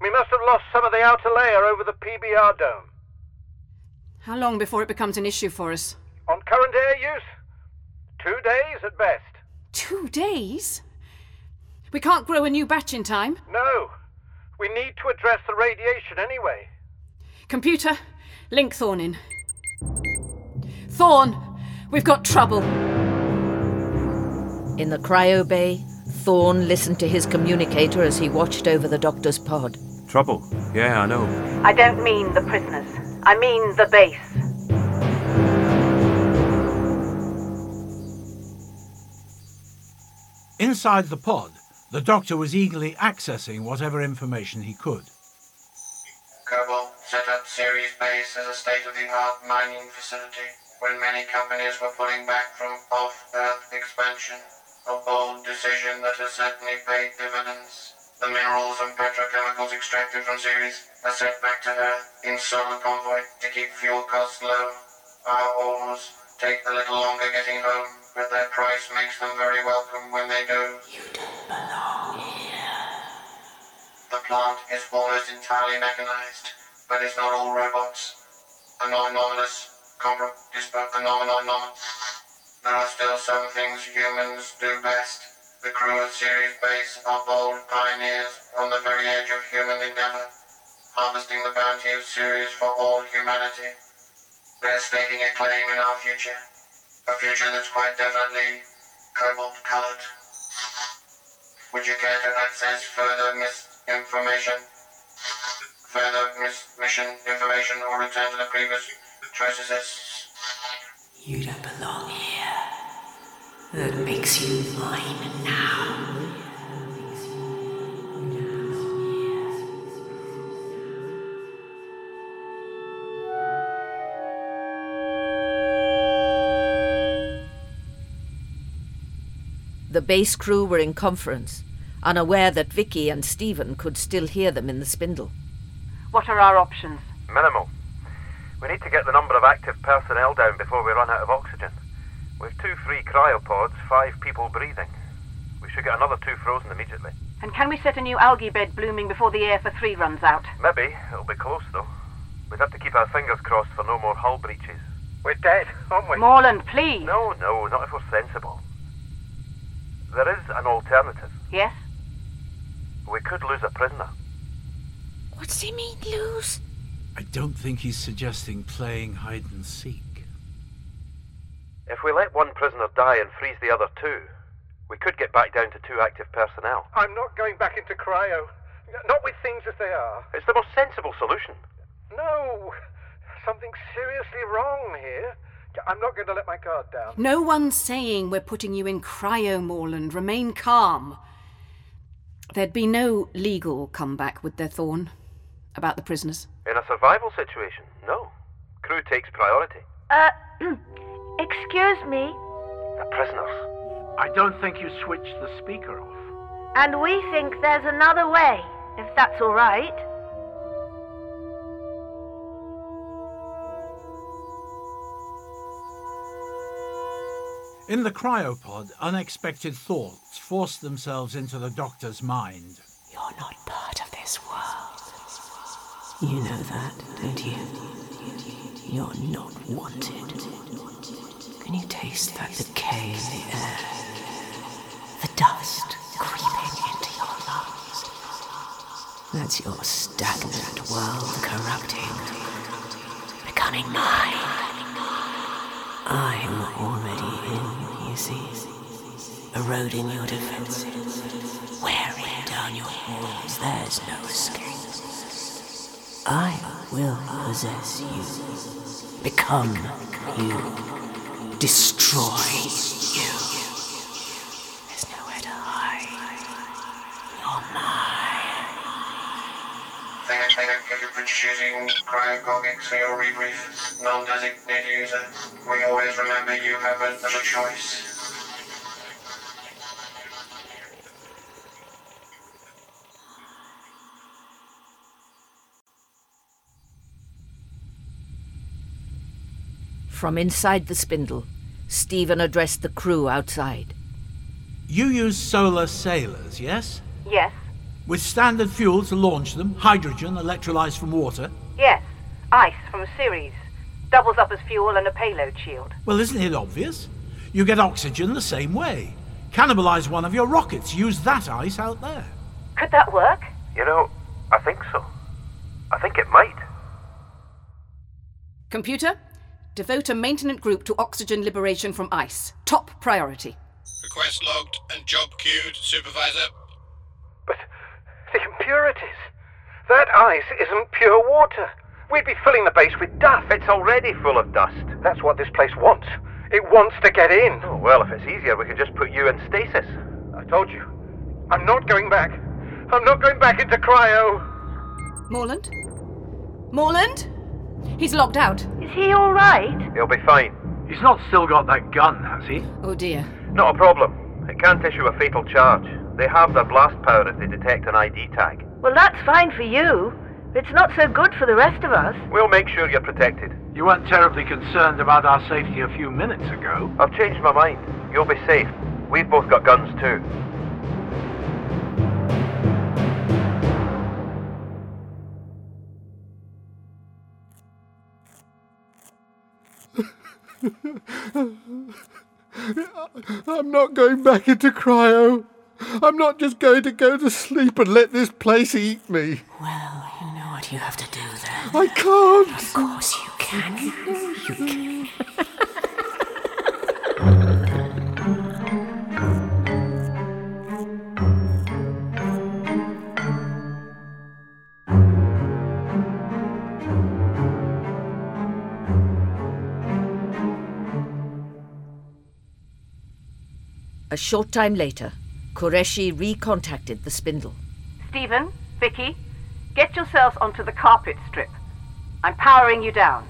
We must have lost some of the outer layer over the PBR dome.
How long before it becomes an issue for us?
On current air use? Two days at best.
Two days? We can't grow a new batch in time.
No. We need to address the radiation anyway.
Computer, link Thorn in. Thorn, we've got trouble.
In the cryo bay, Thorn listened to his communicator as he watched over the doctor's pod.
Trouble? Yeah, I know.
I don't mean the prisoners. I mean the base.
Inside the pod, the doctor was eagerly accessing whatever information he could.
Kerbal set up Ceres Base as a state-of-the-art mining facility when many companies were pulling back from off-Earth expansion. A bold decision that has certainly paid dividends. The minerals and petrochemicals extracted from Ceres are sent back to Earth in solar convoy to keep fuel costs low. Our ores take a little longer getting home, but their price makes them very welcome when they do. You don't belong here. The plant is almost entirely mechanized, but it's not all robots. Anonymous, compro, dispo, anonymous. There are still some things humans do best. The crew at Ceres Base are bold pioneers on the very edge of human endeavor, harvesting the bounty of Ceres for all humanity. They're staking a claim in our future, a future that's quite definitely cobalt-colored. Would you care to access further misinformation? Further mis- mission information or return to the previous choices?
You don't belong here. That makes you mine now.
The base crew were in conference, unaware that Vicky and Stephen could still hear them in the spindle.
What are our options?
Minimal. We need to get the number of active personnel down before we run out of oxygen. We've two free cryopods, five people breathing. We should get another two frozen immediately.
And can we set a new algae bed blooming before the air for three runs out?
Maybe. It'll be close, though. We'd have to keep our fingers crossed for no more hull breaches.
We're dead, aren't we?
Morland, please.
No, no, not if we're sensible. There is an alternative.
Yes?
We could lose a prisoner.
What does he mean, lose?
I don't think he's suggesting playing hide and seek.
If we let one prisoner die and freeze the other two, we could get back down to two active personnel.
I'm not going back into cryo. N- Not with things as they are.
It's the most sensible solution.
No! Something seriously wrong here. I'm not going to let my guard down.
No one's saying we're putting you in cryo, Morland. Remain calm. There'd be no legal comeback, would there, Thorn? about the prisoners?
In a survival situation, no. Crew takes priority.
Uh, excuse me,
The prisoners.
I don't think you switched the speaker off.
and we think there's another way, if that's all right.
In the cryopod, unexpected thoughts forced themselves into the doctor's mind.
You're not part of this world.
You know that.
Don't you? You're not wanted. Can you taste that decay in the air? The dust creeping into your lungs. That's your stagnant world corrupting, becoming mine. I'm already in, you see, eroding your defenses, wearing down your walls. There's no escape. I will possess you, become you, destroy you. There's nowhere to hide.
Thank you for choosing Cryogogic Theory Brief, non-designated user. We always remember you have another choice.
From inside the spindle, Stephen addressed the crew outside.
You use solar sailors, yes?
Yes,
With standard fuel to launch them hydrogen, electrolyzed from water.
yes. Ice from Ceres. Doubles up as fuel and a payload shield.
Well, isn't it obvious? You get oxygen the same way. Cannibalize one of your rockets, use that ice out there.
Could that work?
You know, I think so. I think it might.
Computer, devote a maintenance group to oxygen liberation from ice. Top priority.
Request logged and job queued, Supervisor.
The impurities. That ice isn't pure water. We'd be filling the base with duff. It's already full of dust. That's what this place wants. It wants to get in.
Oh, well, if it's easier, we could just put you in stasis.
I told you. I'm not going back. I'm not going back into cryo.
Morland? Morland? He's logged out.
Is he all right?
He'll be fine.
He's not still got that gun, has he?
Oh dear.
Not a problem. It can't issue a fatal charge. They have their blast power if they detect an ID tag.
Well, that's fine for you. It's not so good for the rest of us.
We'll make sure you're protected.
You weren't terribly concerned about our safety a few minutes ago.
I've changed my mind. You'll be safe. We've both got guns too.
I'm not going back into cryo. I'm not just going to go to sleep and let this place eat me.
Well, you know what you have to do then.
I can't.
Of course you can. You can.
A short time later, Qureshi recontacted the spindle.
Stephen, Vicky, get yourselves onto the carpet strip. I'm powering you down.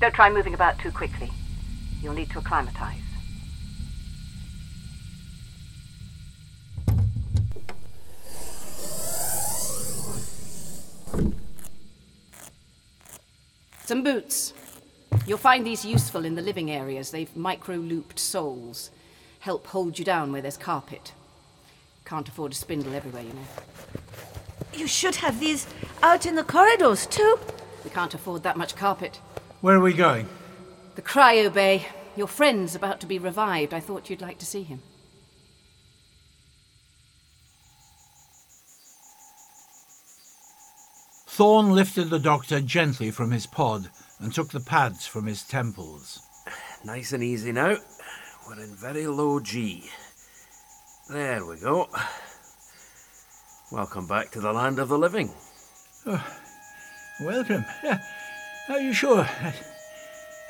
Don't try moving about too quickly. You'll need to acclimatize.
Some boots. You'll find these useful in the living areas. They've micro looped soles. Help hold you down where there's carpet. Can't afford a spindle everywhere, you know.
You should have these out in the corridors too.
We can't afford that much carpet.
Where are we going?
The cryo bay. Your friend's about to be revived. I thought you'd like to see him.
Thorn lifted the doctor gently from his pod and took the pads from his temples.
Nice and easy now. We're in very low G. There we go. Welcome back to the land of the living.
Oh, welcome. Yeah. Are you sure? I,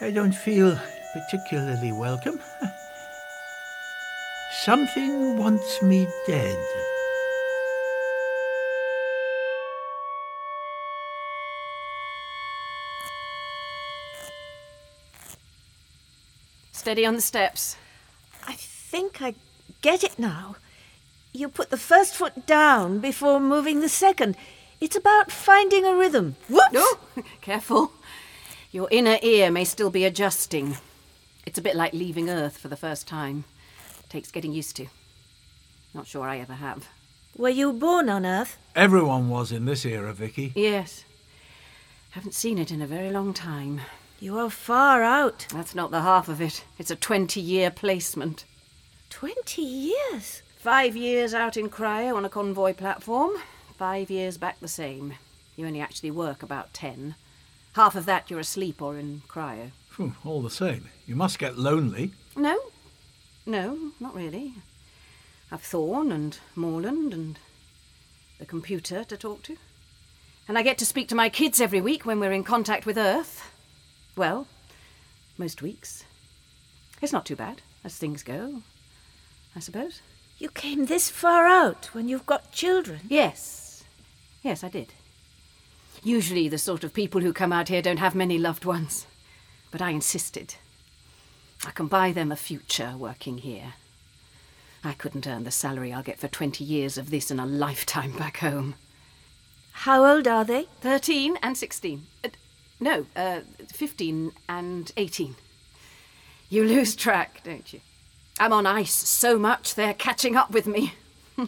I don't feel particularly welcome. Something wants me dead.
Steady on the steps.
I think I get it now. You put the first foot down before moving the second. It's about finding a rhythm. Whoops!
No, careful. Your inner ear may still be adjusting. It's a bit like leaving Earth for the first time. Takes getting used to. Not sure I ever have.
Were you born on Earth?
Everyone was in this era, Vicky.
Yes. Haven't seen it in a very long time.
You are far out.
That's not the half of it. It's a 20 year placement.
20 years?
Five years out in cryo on a convoy platform. Five years back the same. You only actually work about 10. Half of that you're asleep or in cryo.
Phew, all the same, you must get lonely.
No, no, not really. I've Thorn and Morland and the computer to talk to. And I get to speak to my kids every week when we're in contact with Earth. Well, most weeks. It's not too bad, as things go, I suppose.
You came this far out when you've got children?
Yes. Yes, I did. Usually the sort of people who come out here don't have many loved ones. But I insisted. I can buy them a future working here. I couldn't earn the salary I'll get for 20 years of this and a lifetime back home.
How old are they?
13 and 16. Uh, no, uh, 15 and 18. You lose track, don't you? I'm on ice so much they're catching up with me.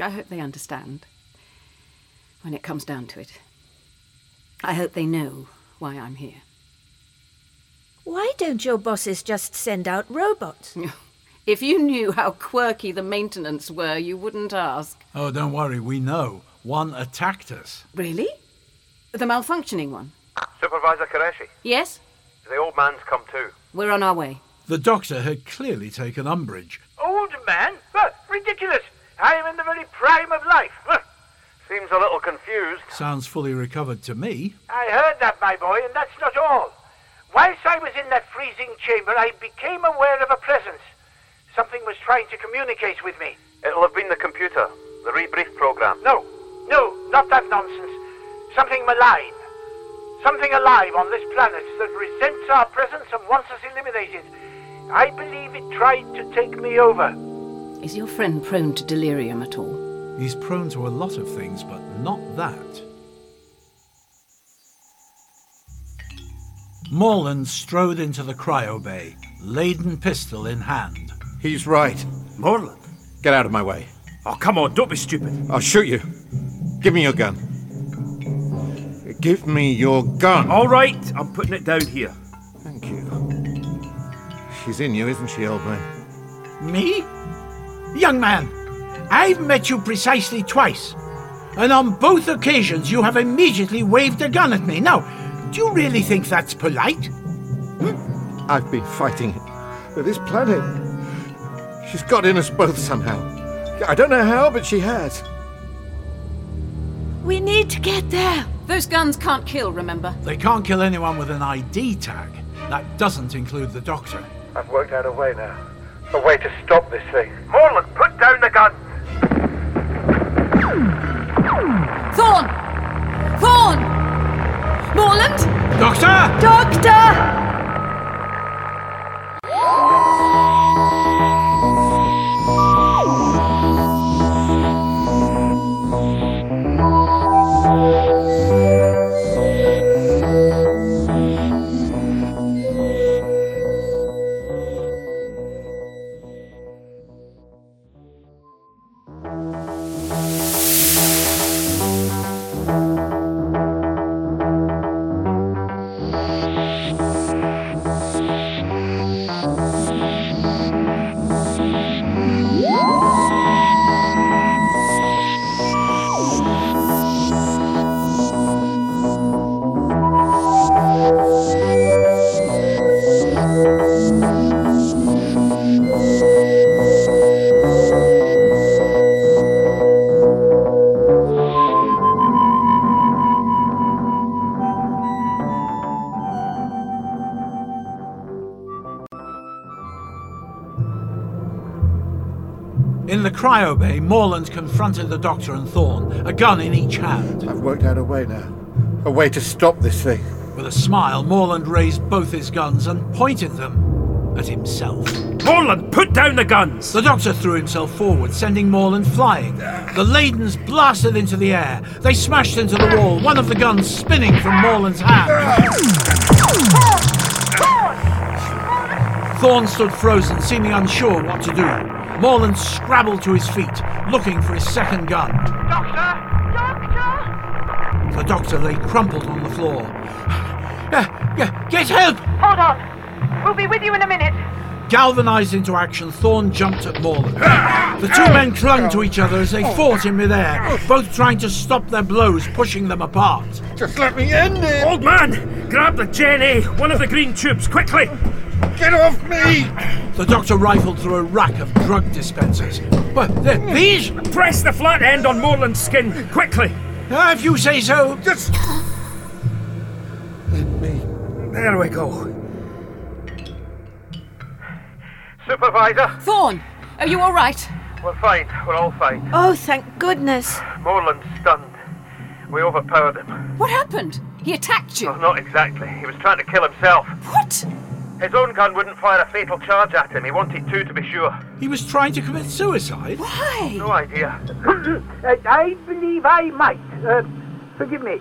I hope they understand when it comes down to it. I hope they know why I'm here.
Why don't your bosses just send out robots?
if you knew how quirky the maintenance were, you wouldn't ask.
Oh, don't worry, we know. One attacked us.
Really? The malfunctioning one?
Supervisor Qureshi,
Yes?
the old man's come too.
We're on our way.
The doctor had clearly taken umbrage.
Old man? Huh, ridiculous! I am in the very prime of life. Huh.
Seems a little confused.
Sounds fully recovered to me.
I heard that, my boy, and that's not all. Whilst I was in that freezing chamber, I became aware of a presence. Something was trying to communicate with me.
It'll have been the computer, the rebrief program.
No, no, not that nonsense. Something malign. Something alive on this planet that resents our presence and wants us eliminated. I believe it tried to take me over.
Is your friend prone to delirium at all?
He's prone to a lot of things, but not that. Morland strode into the cryo bay, laden pistol in hand.
He's right.
Morland?
Get out of my way.
Oh, come on, don't be stupid.
I'll shoot you. Give me your gun. Give me your gun.
All right, I'm putting it down here.
Thank you. She's in you, isn't she, old man?
Me? Young man, I've met you precisely twice, and on both occasions you have immediately waved a gun at me. Now, do you really think that's polite?
I've been fighting it. But this planet. She's got in us both somehow. I don't know how, but she has.
We need to get there.
Those guns can't kill, remember?
They can't kill anyone with an ID tag. That doesn't include the doctor.
I've worked out a way now. A way to stop this thing.
Morland, put down the gun.
Thorn! Thorn! Morland!
Doctor!
Doctor!
In the cryo bay, Morland confronted the doctor and Thorn, a gun in each hand.
I've worked out a way now. A way to stop this thing.
With a smile, Morland raised both his guns and pointed them at himself.
Morland, put down the guns!
The doctor threw himself forward, sending Morland flying. The Ladens blasted into the air. They smashed into the wall, one of the guns spinning from Morland's hand. Thorn stood frozen, seeming unsure what to do. Morland scrabbled to his feet, looking for his second gun. Doctor! Doctor! The doctor lay crumpled on the floor. Yeah, yeah, Get help!
Hold on. We'll be with you in a minute.
Galvanized into action, Thorn jumped at Morland. The two men clung to each other as they fought in midair, both trying to stop their blows, pushing them apart.
Just let me in there.
Old man, grab the Gen A, one of the green tubes, quickly!
Get off me!
The doctor rifled through a rack of drug dispensers. But th- these?
Press the flat end on Morland's skin, quickly!
Ah, if you say so. Just.
There we go.
Supervisor?
Thorn, are you all right?
We're fine. We're all fine.
Oh, thank goodness.
Morland's stunned. We overpowered him.
What happened? He attacked you.
Well, not exactly. He was trying to kill himself.
What?
His own gun wouldn't fire a fatal charge at him. He wanted two to be sure.
He was trying to commit suicide?
Why?
No idea.
Uh, I believe I might. Uh, forgive me.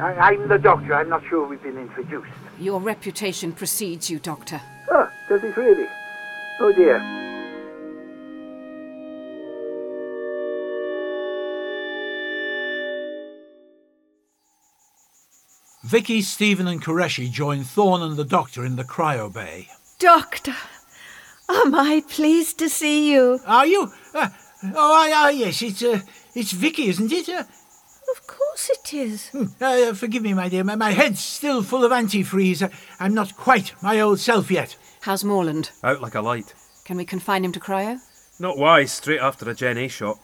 I, I'm the doctor. I'm not sure we've been introduced.
Your reputation precedes you, Doctor.
Oh,
Ah,
does it really? Oh dear.
Vicky, Stephen, and Koreshi joined Thorn and the doctor in the cryo bay.
Doctor, am I pleased to see you?
Are you? Uh, oh, I, I, yes, it's, uh, it's Vicky, isn't it? Uh,
Of course it is.
hmm, uh, forgive me, my dear, my, my head's still full of antifreeze. I, I'm not quite my old self yet.
How's Morland?
Out like a light.
Can we confine him to cryo?
Not wise, straight after a Gen A shot.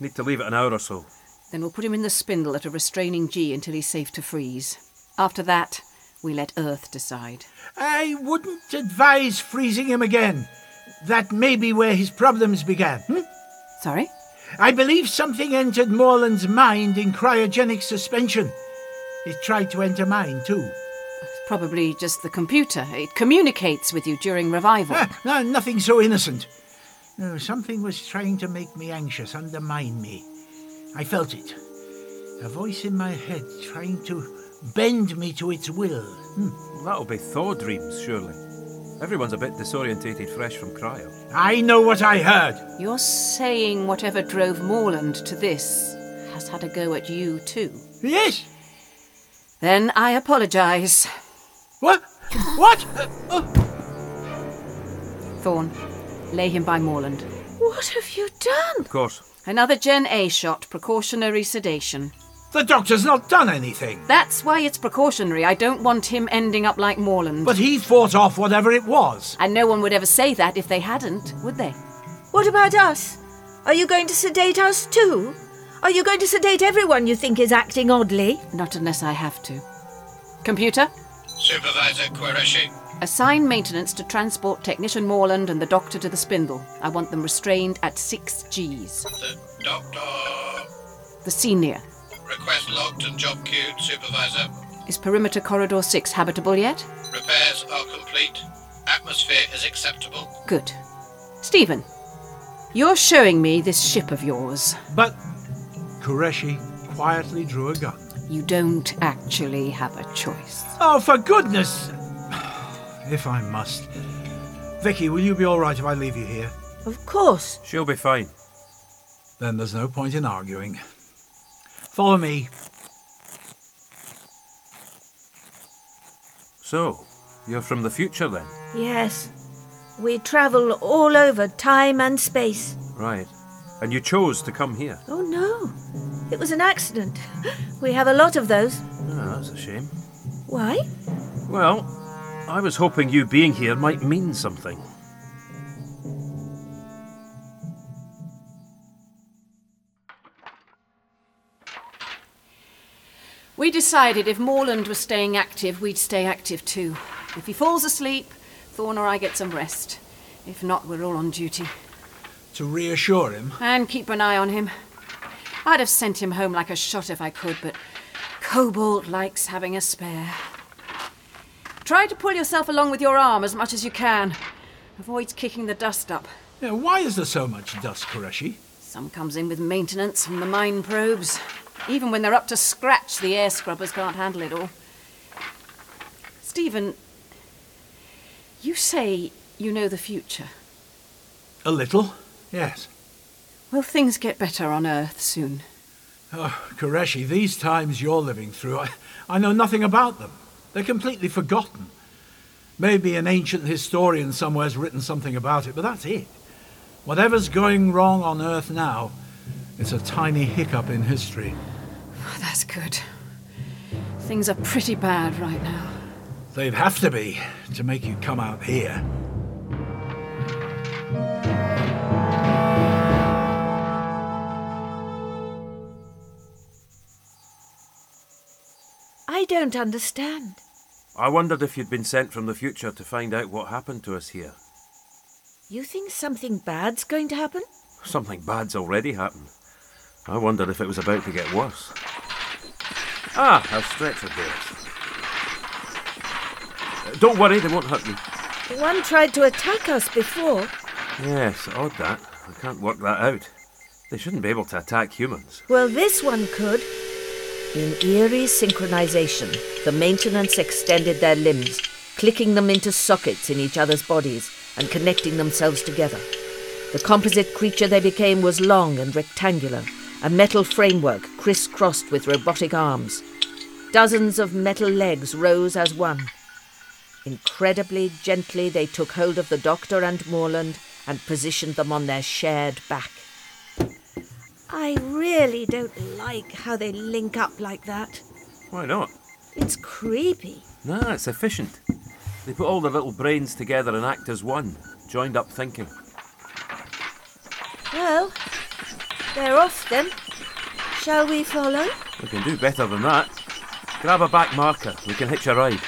Need to leave it an hour or so.
Then we'll put him in the spindle at a restraining G until he's safe to freeze. After that, we let Earth decide.
I wouldn't advise freezing him again. That may be where his problems began. Hmm?
Sorry?
I believe something entered Morland's mind in cryogenic suspension. It tried to enter mine, too.
Probably just the computer. It communicates with you during revival.
Ah, no, nothing so innocent. No, something was trying to make me anxious, undermine me. I felt it. A voice in my head trying to bend me to its will.
That'll be Thor dreams, surely. Everyone's a bit disorientated fresh from cryo.
I know what I heard.
You're saying whatever drove Morland to this has had a go at you too.
Yes.
Then I apologise.
What? What? Uh,
Thorn, lay him by Morland.
What have you done?
Of course.
Another Gen A shot, precautionary sedation.
The doctor's not done anything.
That's why it's precautionary. I don't want him ending up like Morland.
But he fought off whatever it was.
And no one would ever say that if they hadn't, would they?
What about us? Are you going to sedate us too? Are you going to sedate everyone you think is acting oddly?
Not unless I have to. Computer,
Supervisor Qureshi,
assign maintenance to transport technician Morland and the doctor to the spindle. I want them restrained at 6 Gs.
Doctor,
The senior.
request logged and job queued, Supervisor.
Is perimeter corridor 6 habitable yet?
Repairs are complete. Atmosphere is acceptable.
Good. Stephen, you're showing me this ship of yours.
But Kureshi quietly drew a gun.
You don't actually have a choice.
Oh, for goodness! If I must. Vicky, will you be all right if I leave you here?
Of course.
She'll be fine.
Then there's no point in arguing. Follow me.
So, you're from the future then?
Yes. We travel all over time and space.
Right. And you chose to come here?
Oh no. It was an accident. We have a lot of those.
Ah, that's a shame.
Why?
Well, I was hoping you being here might mean something.
We decided if Morland was staying active, we'd stay active too. If he falls asleep, Thorn or I get some rest. If not, we're all on duty.
To reassure him.
And keep an eye on him. I'd have sent him home like a shot if I could, but Cobalt likes having a spare. Try to pull yourself along with your arm as much as you can. Avoid kicking the dust up.
Yeah, why is there so much dust, Koreshi?
Some comes in with maintenance from the mine probes. Even when they're up to scratch, the air scrubbers can't handle it all. Stephen, you say you know the future.
A little, yes.
Will things get better on Earth soon?
Oh, Koreshi, these times you're living through, I, I know nothing about them. They're completely forgotten. Maybe an ancient historian somewhere's written something about it, but that's it. Whatever's going wrong on Earth now, it's a tiny hiccup in history.
Oh, that's good. Things are pretty bad right now.
They'd have to be to make you come out here.
I don't understand.
I wondered if you'd been sent from the future to find out what happened to us here.
You think something bad's going to happen?
Something bad's already happened. I wondered if it was about to get worse. Ah, a stretcher there. Uh, Don't worry, they won't hurt me.
One tried to attack us before.
Yes, odd that. I can't work that out. They shouldn't be able to attack humans.
Well, this one could.
In eerie synchronization, the maintenance extended their limbs, clicking them into sockets in each other's bodies and connecting themselves together. The composite creature they became was long and rectangular, a metal framework crisscrossed with robotic arms. Dozens of metal legs rose as one. Incredibly gently, they took hold of the doctor and Moreland and positioned them on their shared back.
I really don't like how they link up like that.
Why not?
It's creepy.
Nah, it's efficient. They put all their little brains together and act as one, joined up thinking.
Well, they're off then. Shall we follow?
We can do better than that. Grab a back marker, we can hitch a ride.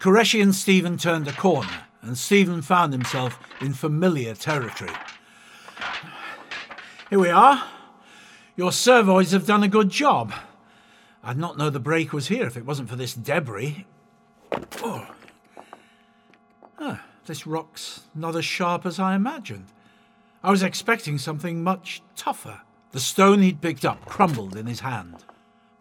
Koreshi and Stephen turned a corner, and Stephen found himself in familiar territory. Here we are. Your servoids have done a good job. I'd not know the break was here if it wasn't for this debris. Oh. Ah, this rock's not as sharp as I imagined. I was expecting something much tougher. The stone he'd picked up crumbled in his hand.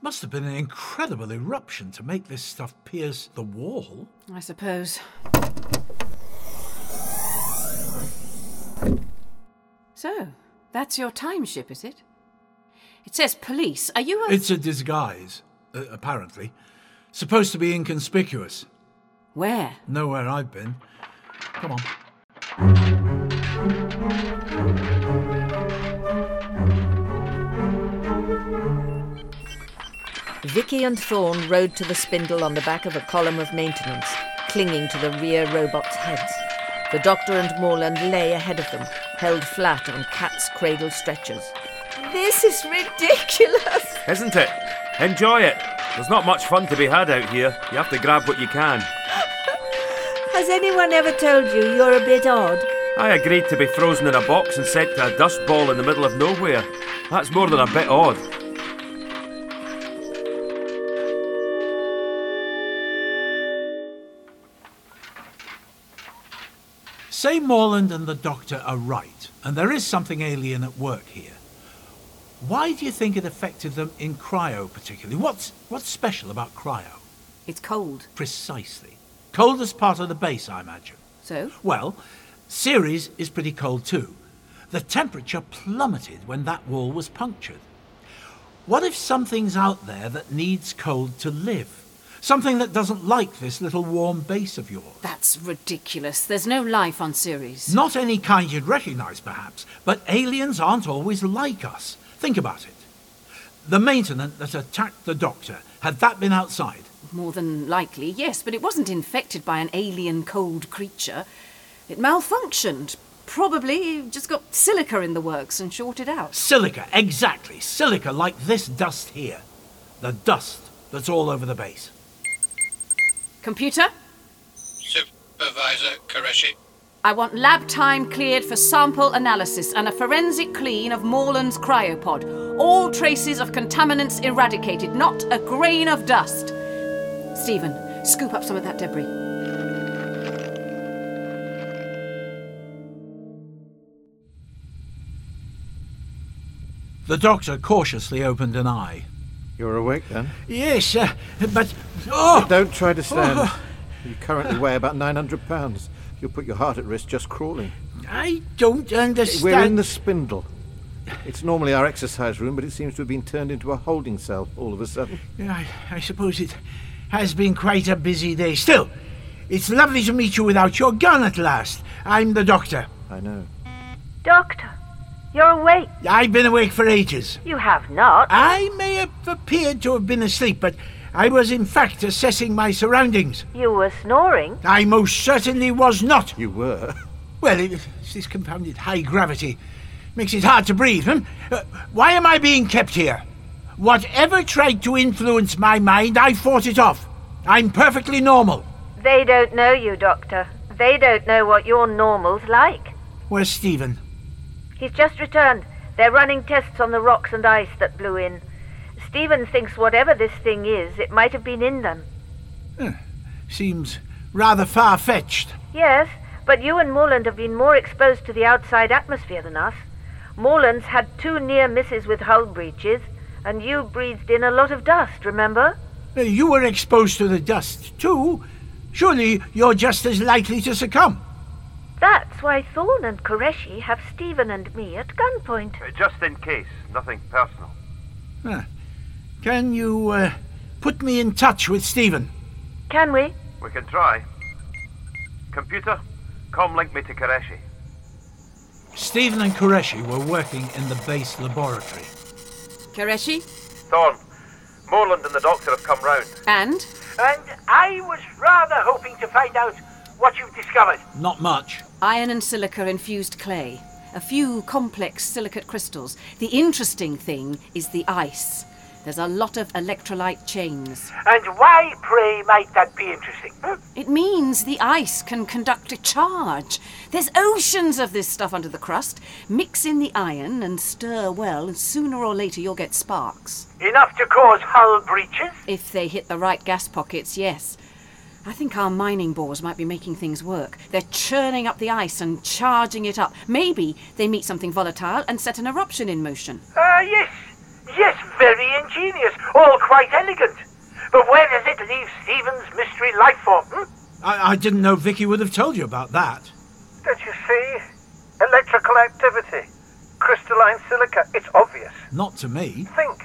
Must have been an incredible eruption to make this stuff pierce the wall.
I suppose. So, that's your time ship, is it? It says police. Are you a.
It's a disguise, uh, apparently. Supposed to be inconspicuous.
Where?
Nowhere I've been. Come on.
Vicky and Thorn rode to the spindle on the back of a column of maintenance, clinging to the rear robot's heads. The doctor and Morland lay ahead of them, held flat on cat's cradle stretchers.
This is ridiculous.
Isn't it? Enjoy it. There's not much fun to be had out here. You have to grab what you can.
Has anyone ever told you you're a bit odd?
I agreed to be frozen in a box and sent to a dust ball in the middle of nowhere. That's more than a bit odd.
Say Morland and the doctor are right, and there is something alien at work here. Why do you think it affected them in cryo particularly? What's what's special about cryo?
It's cold.
Precisely. Coldest part of the base, I imagine.
So?
Well, Ceres is pretty cold too. The temperature plummeted when that wall was punctured. What if something's out there that needs cold to live? Something that doesn't like this little warm base of yours?
That's ridiculous. There's no life on Ceres.
Not any kind you'd recognize, perhaps, but aliens aren't always like us. Think about it. The maintenance that attacked the doctor, had that been outside?
More than likely, yes, but it wasn't infected by an alien cold creature. It malfunctioned. Probably just got silica in the works and shorted out.
Silica, exactly. Silica like this dust here. The dust that's all over the base.
Computer?
Supervisor Koreshi,
I want lab time cleared for sample analysis and a forensic clean of Morland's cryopod. All traces of contaminants eradicated, not a grain of dust. Stephen, scoop up some of that debris.
The doctor cautiously opened an eye.
You're awake then?
Yes, uh, but. Oh!
Don't try to stand.
Oh.
You currently weigh about 900 pounds. You'll put your heart at risk just crawling.
I don't understand.
We're in the spindle. It's normally our exercise room, but it seems to have been turned into a holding cell all of a sudden.
Yeah, I, I suppose it has been quite a busy day. Still, it's lovely to meet you without your gun at last. I'm the doctor.
I know.
Doctor, you're awake.
I've been awake for ages.
You have not.
I may have appeared to have been asleep, but I was in fact assessing my surroundings.
You were snoring.
I most certainly was not.
You were?
Well, it, it's this compounded high gravity. Makes it hard to breathe, hmm? Uh, why am I being kept here? Whatever tried to influence my mind, I fought it off. I'm perfectly normal.
They don't know you, Doctor. They don't know what your normal's like.
Where's Stephen?
He's just returned. They're running tests on the rocks and ice that blew in. Stephen thinks whatever this thing is, it might have been in them.
Seems rather far fetched.
Yes, but you and Morland have been more exposed to the outside atmosphere than us. Morland's had two near misses with hull breaches, and you breathed in a lot of dust, remember?
Uh, You were exposed to the dust, too. Surely you're just as likely to succumb.
That's why Thorn and Koreshi have Stephen and me at gunpoint.
Uh, Just in case, nothing personal.
Huh. Uh, Can you uh, put me in touch with Stephen?
Can we?
We can try. Computer, com link me to Kareshi.
Stephen and Koreshi were working in the base laboratory.
Koreshi?
Thorn, Morland and the doctor have come round.
And?
And I was rather hoping to find out what you've discovered.
Not much.
Iron and silica infused clay. A few complex silicate crystals. The interesting thing is the ice. There's a lot of electrolyte chains.
And why, pray, might that be interesting?
It means the ice can conduct a charge. There's oceans of this stuff under the crust. Mix in the iron and stir well, and sooner or later you'll get sparks.
Enough to cause hull breaches?
If they hit the right gas pockets, yes. I think our mining bores might be making things work. They're churning up the ice and charging it up. Maybe they meet something volatile and set an eruption in motion.
Ah, yes. Yes, very ingenious. All quite elegant. But where does it leave Stephen's mystery life form? Hmm?
I, I didn't know Vicky would have told you about that.
Don't you see? Electrical activity. Crystalline silica. It's obvious.
Not to me.
Think.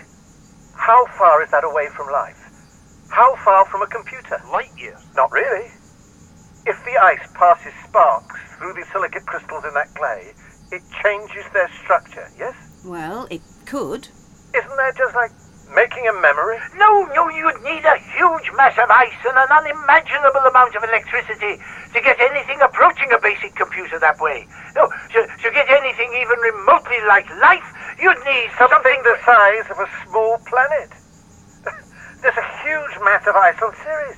How far is that away from life? How far from a computer? Light years. Not really. If the ice passes sparks through the silicate crystals in that clay, it changes their structure, yes?
Well, it could.
Isn't that just like making a memory?
No, no, you'd need a huge mass of ice and an unimaginable amount of electricity to get anything approaching a basic computer that way. No, to, to get anything even remotely like life, you'd need something, the
size of a small planet. There's a huge mass of ice on Ceres,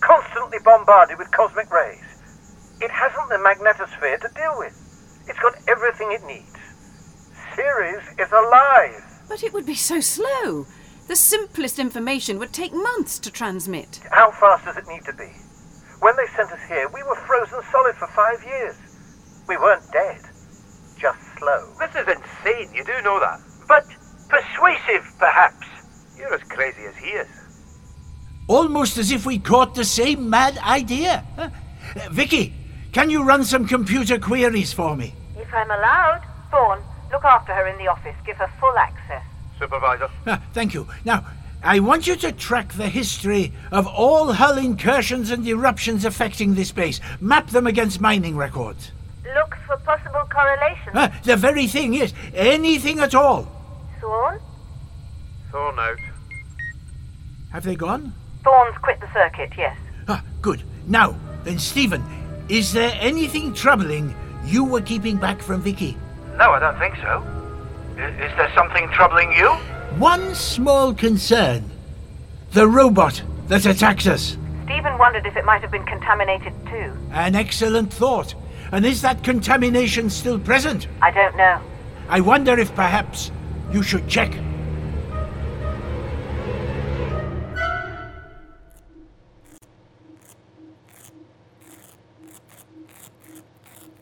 constantly bombarded with cosmic rays. It hasn't the magnetosphere to deal with. It's got everything it needs. Ceres is alive.
But it would be so slow. The simplest information would take months to transmit.
How fast does it need to be? When they sent us here, we were frozen solid for five years. We weren't dead, just slow.
This is insane, you do know that.
But persuasive, perhaps.
You're as crazy as he is.
Almost as if we caught the same mad idea. Huh? Uh, Vicky, can you run some computer queries for me?
If I'm allowed, Thorn, look after her in the office. Give her full access.
Supervisor.
Ah, thank you. Now, I want you to track the history of all hull incursions and eruptions affecting this base. Map them against mining records.
Look for possible correlations.
Ah, the very thing is, anything at all.
Thorn?
Thorn out.
Have they gone?
Thorn's quit the circuit, yes.
Ah, good. Now, then, Stephen, is there anything troubling you were keeping back from Vicky?
No, I don't think so. I- Is there something troubling you?
One small concern the robot that attacks us.
Stephen wondered if it might have been contaminated too.
An excellent thought. And is that contamination still present?
I don't know.
I wonder if perhaps you should check.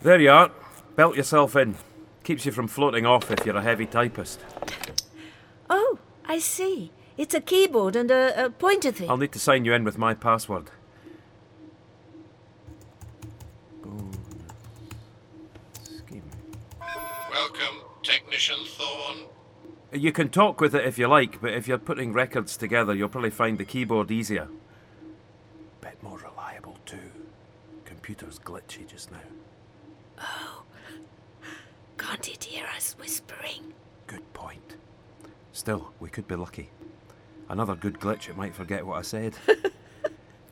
There you are. Belt yourself in. Keeps you from floating off if you're a heavy typist.
Oh, I see. It's a keyboard and a, a pointer thing.
I'll need to sign you in with my password.
Welcome, Technician Thorn.
You can talk with it if you like, but if you're putting records together, you'll probably find the keyboard easier. Bit more reliable, too. Computer's glitchy just now.
Oh. Can't it hear us whispering?
Good point. Still, we could be lucky. Another good glitch, it might forget what I said.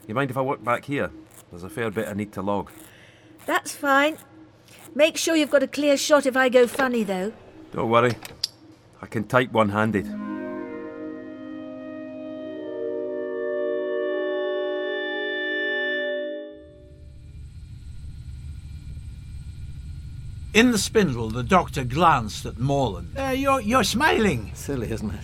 you mind if I work back here? There's a fair bit I need to log.
That's fine. Make sure you've got a clear shot if I go funny, though.
Don't worry. I can type one handed.
In the spindle, the doctor glanced at Morland. Uh, you're, you're smiling.
Silly, isn't it?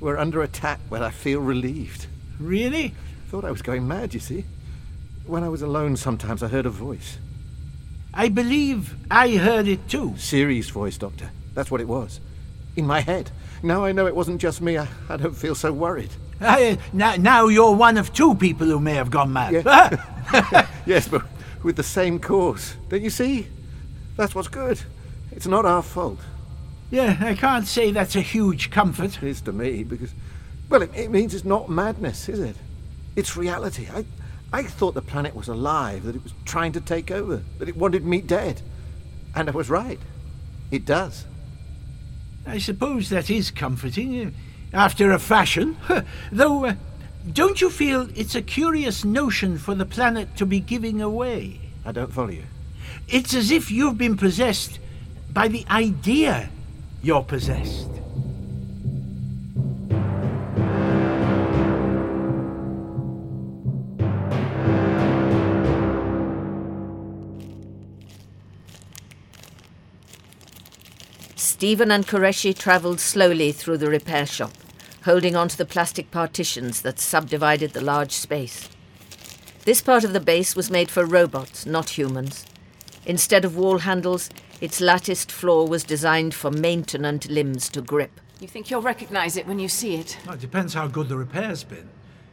We're under attack where I feel relieved.
Really?
Thought I was going mad, you see. When I was alone sometimes I heard a voice.
I believe I heard it too.
Siri's voice, Doctor. That's what it was. In my head. Now I know it wasn't just me. I, I don't feel so worried.
I, now, Uh, now you're one of two people who may have gone mad. Uh-huh.
yes, but with the same cause. Don't you see? That's what's good. It's not our fault.
Yeah, I can't say that's a huge comfort.
It is to me, because, well, it, it means it's not madness, is it? It's reality. I, I thought the planet was alive, that it was trying to take over, that it wanted me dead. And I was right. It does.
I suppose that is comforting, uh, after a fashion. Though, uh, don't you feel it's a curious notion for the planet to be giving away?
I don't follow you.
It's as if you've been possessed by the idea you're possessed.
Stephen and Koreshi travelled slowly through the repair shop, holding onto the plastic partitions that subdivided the large space. This part of the base was made for robots, not humans. Instead of wall handles, its latticed floor was designed for maintenance limbs to grip.
You think you'll recognize it when you see it?
Well, it depends how good the repair's been.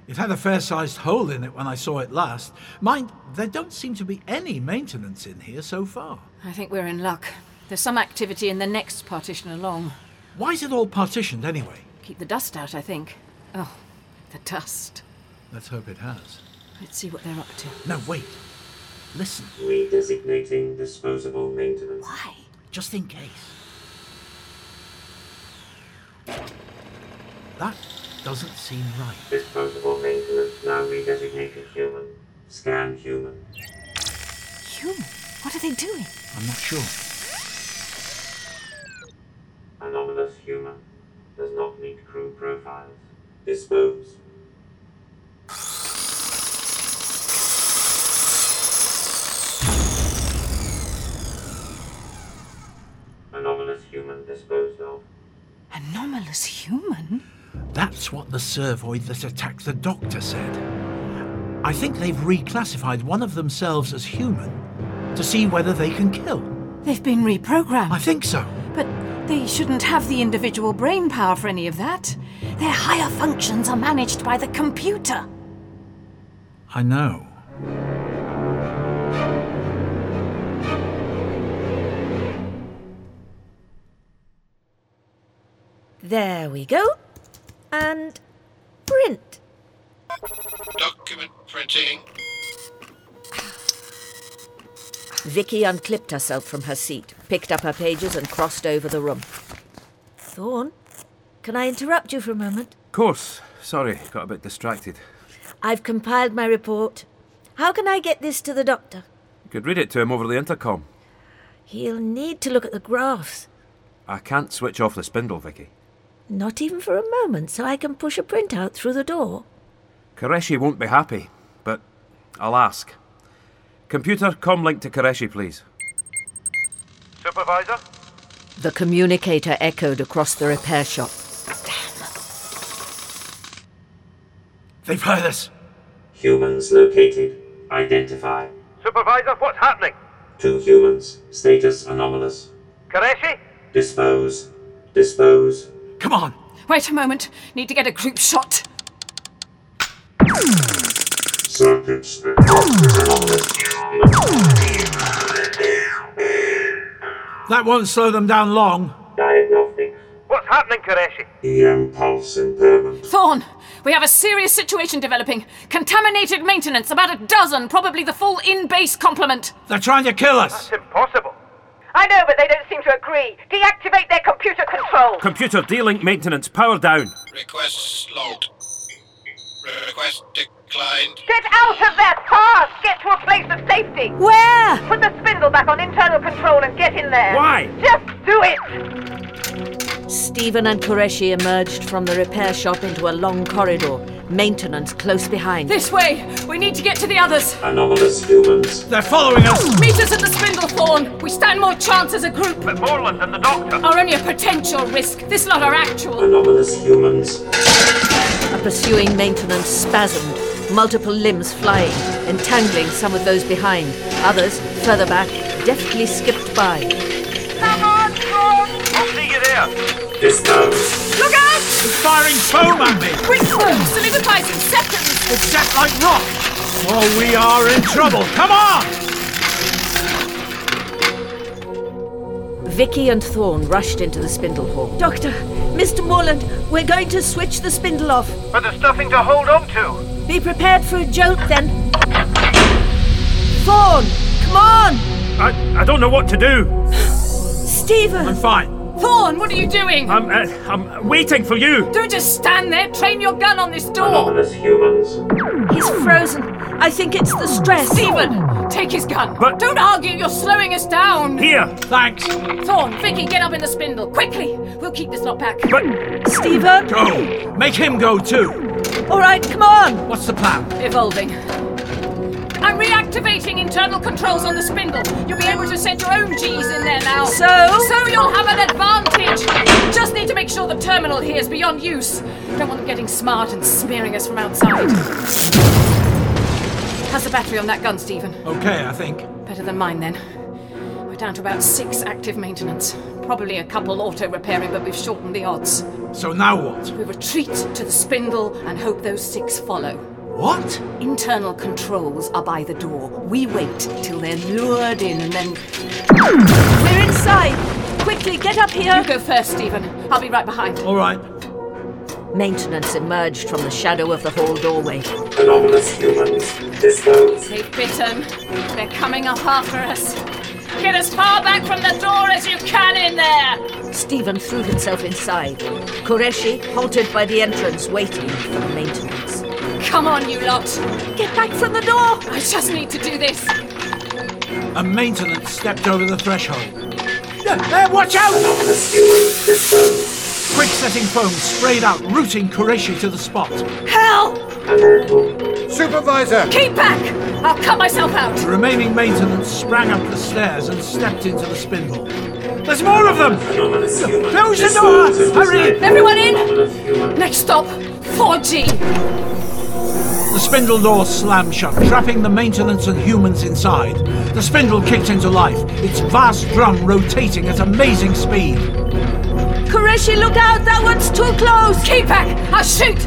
It had a fair sized hole in it when I saw it last. Mind, there don't seem to be any maintenance in here so far.
I think we're in luck. There's some activity in the next partition along.
Why is it all partitioned anyway?
Keep the dust out, I think. Oh, the dust.
Let's hope it has.
Let's see what they're up to.
No, wait. Listen.
Redesignating disposable maintenance.
Why? Just in case. That doesn't seem right.
Disposable maintenance now redesignated human. Scan human.
Human? What are they doing?
I'm not sure.
Anomalous human. Does not meet crew profiles. Dispose. Anomalous human disposed of.
Anomalous human?
That's what the servoid that attacked the doctor said. I think they've reclassified one of themselves as human to see whether they can kill.
They've been reprogrammed.
I think so.
But they shouldn't have the individual brain power for any of that. Their higher functions are managed by the computer.
I know.
There we go. And print.
Document printing.
Vicky unclipped herself from her seat, picked up her pages, and crossed over the room.
Thorn, can I interrupt you for a moment?
Of course. Sorry, got a bit distracted.
I've compiled my report. How can I get this to the doctor?
You could read it to him over the intercom.
He'll need to look at the graphs.
I can't switch off the spindle, Vicky.
Not even for a moment, so I can push a printout through the door.
Koreshi won't be happy, but I'll ask. Computer, comlink to Koreshi, please.
Supervisor?
The communicator echoed across the repair shop.
They've heard us.
Humans located. Identify.
Supervisor, what's happening?
Two humans. Status anomalous.
Koreshi?
Dispose. Dispose.
Come on.
Wait a moment. Need to get a group shot.
Circuits.
That won't slow them down long.
Diagnostics.
What's happening, Koreshi?
EM pulse impairment.
Thorn, we have a serious situation developing. Contaminated maintenance, about a dozen, probably the full in base complement.
They're trying to kill us.
Impossible.
I know, but they don't seem to agree. Deactivate their computer control.
Computer, D link maintenance, power down.
Requests logged. Request declined.
Get out of there fast! Get to a place of safety!
Where?
Put the spindle back on internal control and get in there.
Why?
Just do it!
Stephen and Koreshi emerged from the repair shop into a long corridor, maintenance close behind.
This way! We need to get to the others.
Anomalous humans.
They're following us.
Meet us at the spindle, Thorn. We stand more chance as a group. But
Morland and the doctor
are only a potential risk. This lot are actual.
Anomalous humans.
A pursuing maintenance spasmed, multiple limbs flying, entangling some of those behind. Others, further back, deftly skipped by.
We'll see you there.
Dispose.
Look out!
It's firing foam at me.
Quick them! Solidifies in seconds!
It's set like rock. Oh, we are in trouble. Come on!
Vicky and Thorn rushed into the spindle hall.
Doctor, Mr. Morland, we're going to switch the spindle off.
But there's nothing to hold on to.
Be prepared for a jolt then. Thorn, come on!
I, I don't know what to do.
Stephen!
I'm fine.
Thorn, what are you doing?
I'm, uh, I'm waiting for you.
Don't just stand there. Train your gun on this door.
Anomalous humans.
He's frozen. I think it's the stress.
Stephen, take his gun.
But-
don't argue. You're slowing us down.
Here. Thanks.
Thorn, Vicky, get up in the spindle quickly. We'll keep this lot back.
But
Stephen!
Go. Make him go too.
All right, come on!
What's the plan?
Evolving. I'm reactivating internal controls on the spindle. You'll be able to send your own G's in there now.
So?
So you'll have an advantage. Just need to make sure the terminal here is beyond use. Don't want them getting smart and smearing us from outside. How's the battery on that gun, Stephen?
Okay, I think.
Better than mine then. We're down to about six active maintenance. Probably a couple auto repairing, but we've shortened the odds.
So now what?
We retreat to the spindle and hope those six follow.
What?
Internal controls are by the door. We wait till they're lured in and then.
We're inside! Quickly, get up here!
You go first, Stephen. I'll be right behind.
All right.
Maintenance emerged from the shadow of the hall doorway.
Anomalous humans. Dispose.
They've bitten. um, They're coming up after us. Get as far back from the door as you can in there.
Stephen threw himself inside. Koreshi halted by the entrance, waiting for the maintenance.
Come on, you lot.
Get back from the door!
I just need to do this.
A maintenance stepped over the threshold. Yeah, there, watch out!
Anomalous humans. Dispose.
Quick setting foam sprayed out, rooting Koreshi to the spot.
Hell!
Supervisor!
Keep back! I'll cut myself out.
The remaining maintenance sprang up the stairs and stepped into the spindle. There's more of them!
Anomalous humans.
Close the
Dispose
door!
and
Hurry!
decide.
Everyone in?
Anomalous humans.
Next stop 4G.
The spindle door slammed shut, trapping the maintenance and humans inside. The spindle kicked into life, its vast drum rotating at amazing speed.
Koreshi, look out! That one's too close!
Keep back! I'll shoot!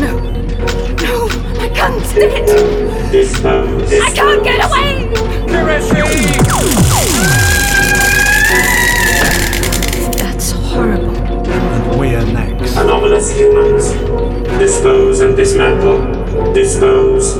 No. No! My gun's dead!
Dispose.
I can't get away!
That's horrible.
And we're next.
Anomalous humans. Dispose and dismantle. Dispose.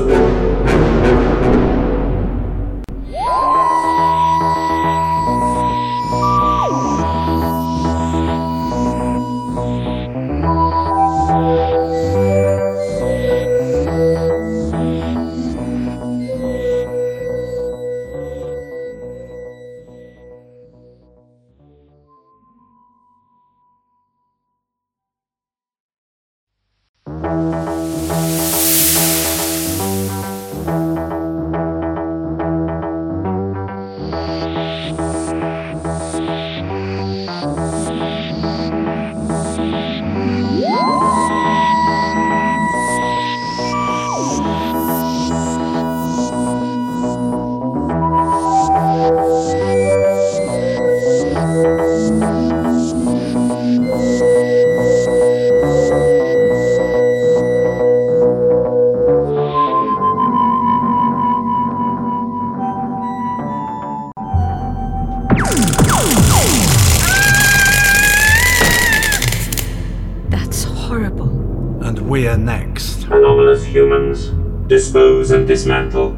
We're next.
Anomalous humans. Dispose and dismantle.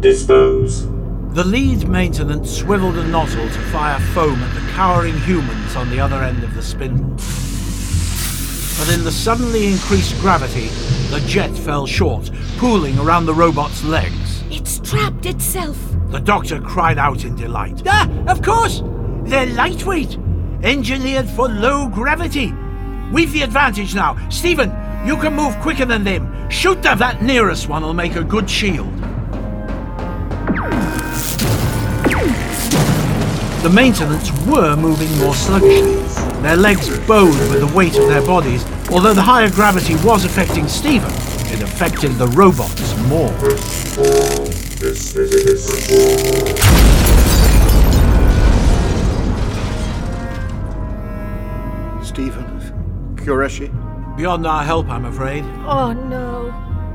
Dispose.
The lead maintenance swiveled a nozzle to fire foam at the cowering humans on the other end of the spindle. But in the suddenly increased gravity, the jet fell short, pooling around the robot's legs.
It's trapped itself.
The doctor cried out in delight. Ah, of course! They're lightweight, engineered for low gravity. We've the advantage now. Stephen, you can move quicker than them. Shoot them. That nearest one will make a good shield. The maintenance were moving more sluggishly. Their legs bowed with the weight of their bodies. Although the higher gravity was affecting Stephen, it affected the robots more.
Stephen, Kureshi.
Beyond our help, I'm afraid.
Oh no.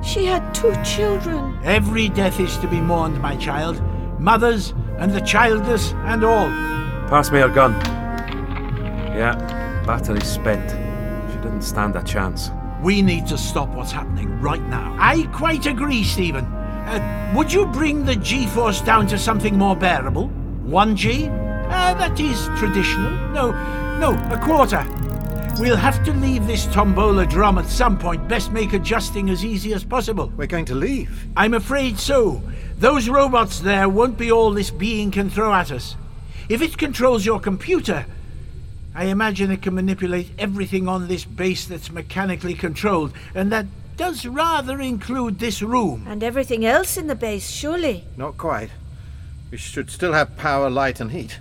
She had two children.
Every death is to be mourned, my child. Mothers and the childless and all.
Pass me her gun. Yeah, battery's spent. She didn't stand a chance.
We need to stop what's happening right now. I quite agree, Stephen. Uh, would you bring the G force down to something more bearable? 1G? Uh, that is traditional. No, no, a quarter. We'll have to leave this tombola drum at some point. Best make adjusting as easy as possible.
We're going to leave.
I'm afraid so. Those robots there won't be all this being can throw at us. If it controls your computer, I imagine it can manipulate everything on this base that's mechanically controlled, and that does rather include this room.
And everything else in the base, surely.
Not quite. We should still have power, light, and heat.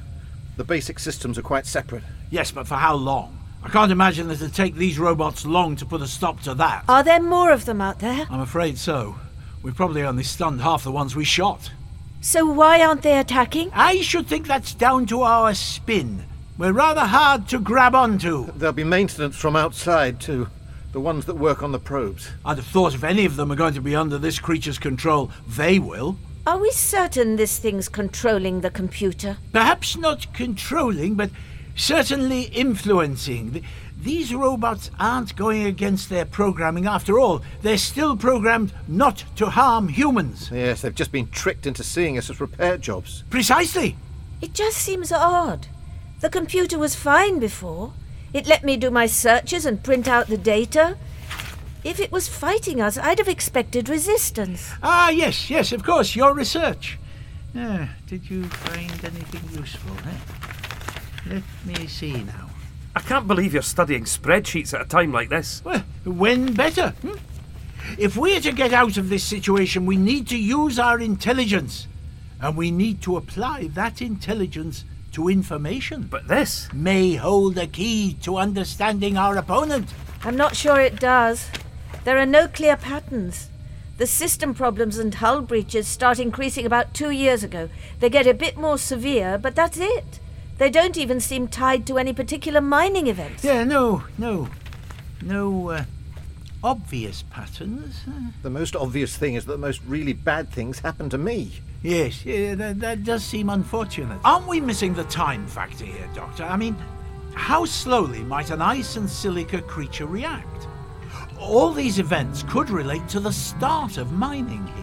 The basic systems are quite separate.
Yes, but for how long? I can't imagine that it'll take these robots long to put a stop to that.
Are there more of them out there?
I'm afraid so. We've probably only stunned half the ones we shot.
So why aren't they attacking?
I should think that's down to our spin. We're rather hard to grab onto.
There'll be maintenance from outside, too. The ones that work on the probes.
I'd have thought if any of them are going to be under this creature's control, they will.
Are we certain this thing's controlling the computer?
Perhaps not controlling, but certainly influencing. Th- These robots aren't going against their programming after all. They're still programmed not to harm humans.
Yes, they've just been tricked into seeing us as repair jobs.
Precisely.
It just seems odd. The computer was fine before. It let me do my searches and print out the data. If it was fighting us, I'd have expected resistance.
Ah, yes, yes, of course, your research. Ah, did you find anything useful? Eh? Let me see now.
I can't believe you're studying spreadsheets at a time like this.
Well, when better? hmm? If we're to get out of this situation, we need to use our intelligence. And we need to apply that intelligence to information.
But this?
May hold a key to understanding our opponent.
I'm not sure it does. There are no clear patterns. The system problems and hull breaches start increasing about two years ago. They get a bit more severe, but that's it. They don't even seem tied to any particular mining events.
Yeah, no, no. No uh, obvious patterns. Uh,
The most obvious thing is that the most really bad things happen to me.
Yes, yeah, that, that does seem unfortunate. Aren't we missing the time factor here, Doctor? I mean, how slowly might an ice and silica creature react? All these events could relate to the start of mining here.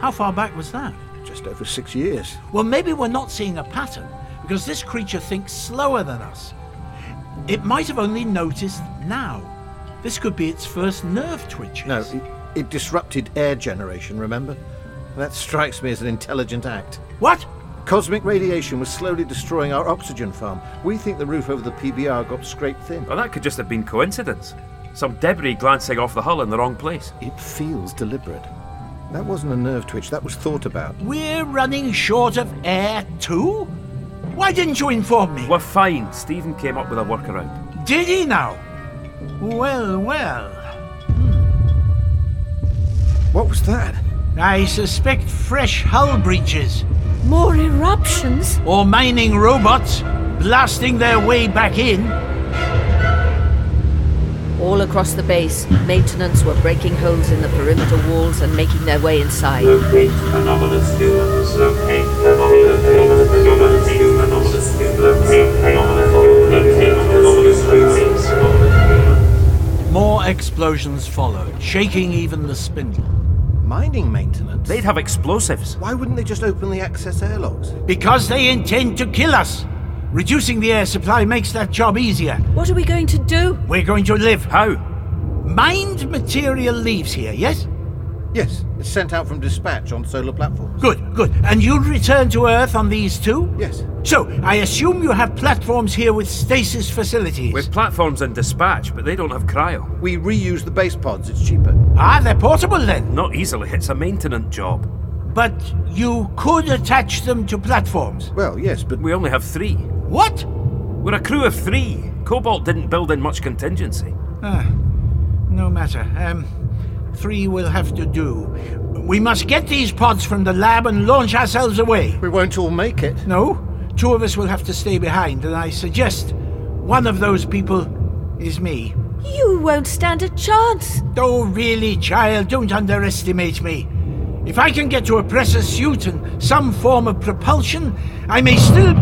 How far back was that?
Just over six years.
Well, maybe we're not seeing a pattern because this creature thinks slower than us. It might have only noticed now. This could be its first nerve twitch.
No, it, it disrupted air generation, remember? That strikes me as an intelligent act.
What?
Cosmic radiation was slowly destroying our oxygen farm. We think the roof over the PBR got scraped thin.
Well, that could just have been coincidence. Some debris glancing off the hull in the wrong place.
It feels deliberate. That wasn't a nerve twitch, that was thought about.
We're running short of air too? Why didn't you inform me?
We're fine. Stephen came up with a workaround.
Did he now? Well, well.
What was that?
I suspect fresh hull breaches.
More eruptions?
Or mining robots blasting their way back in.
All across the base, maintenance were breaking holes in the perimeter walls and making their way inside.
Locate anomalous humans. Locate anomalous humans. Locate anomalous humans. Locate anomalous humans. Locate anomalous humans.
More explosions. explosions followed, shaking even the spindle.
Mining maintenance?
They'd have explosives.
Why wouldn't they just open the access airlocks?
Because they intend to kill us. Reducing the air supply makes that job easier.
What are we going to do?
We're going to live. How? Mined material leaves here, yes?
Yes, it's sent out from dispatch on solar platforms.
Good, good. And you'll return to Earth on these two?
Yes.
So, I assume you have platforms here with stasis facilities.
With platforms and dispatch, but they don't have cryo.
We reuse the base pods, it's cheaper.
Ah, they're portable then?
Not easily, it's a maintenance job.
But you could attach them to platforms.
Well, yes, but.
We only have three.
What?
We're a crew of three. Cobalt didn't build in much contingency.
Ah, no matter. Um, three will have to do. We must get these pods from the lab and launch ourselves away.
We won't all make it.
No, two of us will have to stay behind, and I suggest one of those people is me.
You won't stand a chance.
Oh, really, child, don't underestimate me. If I can get to a pressor suit and some form of propulsion, I may still.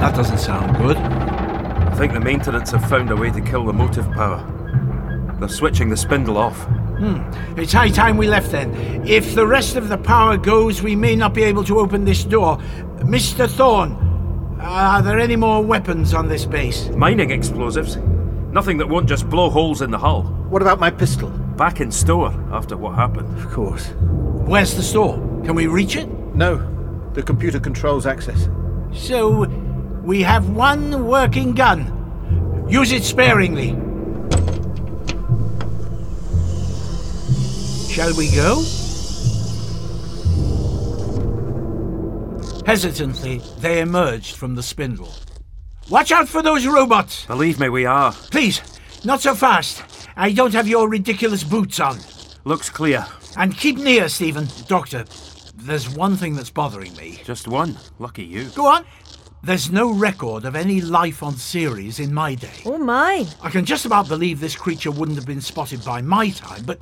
That doesn't sound good.
I think the maintenance have found a way to kill the motive power. They're switching the spindle off.
Hmm. It's high time we left then. If the rest of the power goes, we may not be able to open this door. Mr. Thorn, are there any more weapons on this base?
Mining explosives. Nothing that won't just blow holes in the hull.
What about my pistol?
Back in store after what happened.
Of course.
Where's the store? Can we reach it?
No. The computer controls access.
So, we have one working gun. Use it sparingly. Shall we go? Hesitantly, they emerged from the spindle. Watch out for those robots!
Believe me, we are.
Please, not so fast. I don't have your ridiculous boots on.
Looks clear.
And keep near, Stephen. Doctor, there's one thing that's bothering me.
Just one? Lucky you.
Go on. There's no record of any life on Ceres in my day.
Oh,
Or mine.
I can just about believe this creature wouldn't have been spotted by my time, but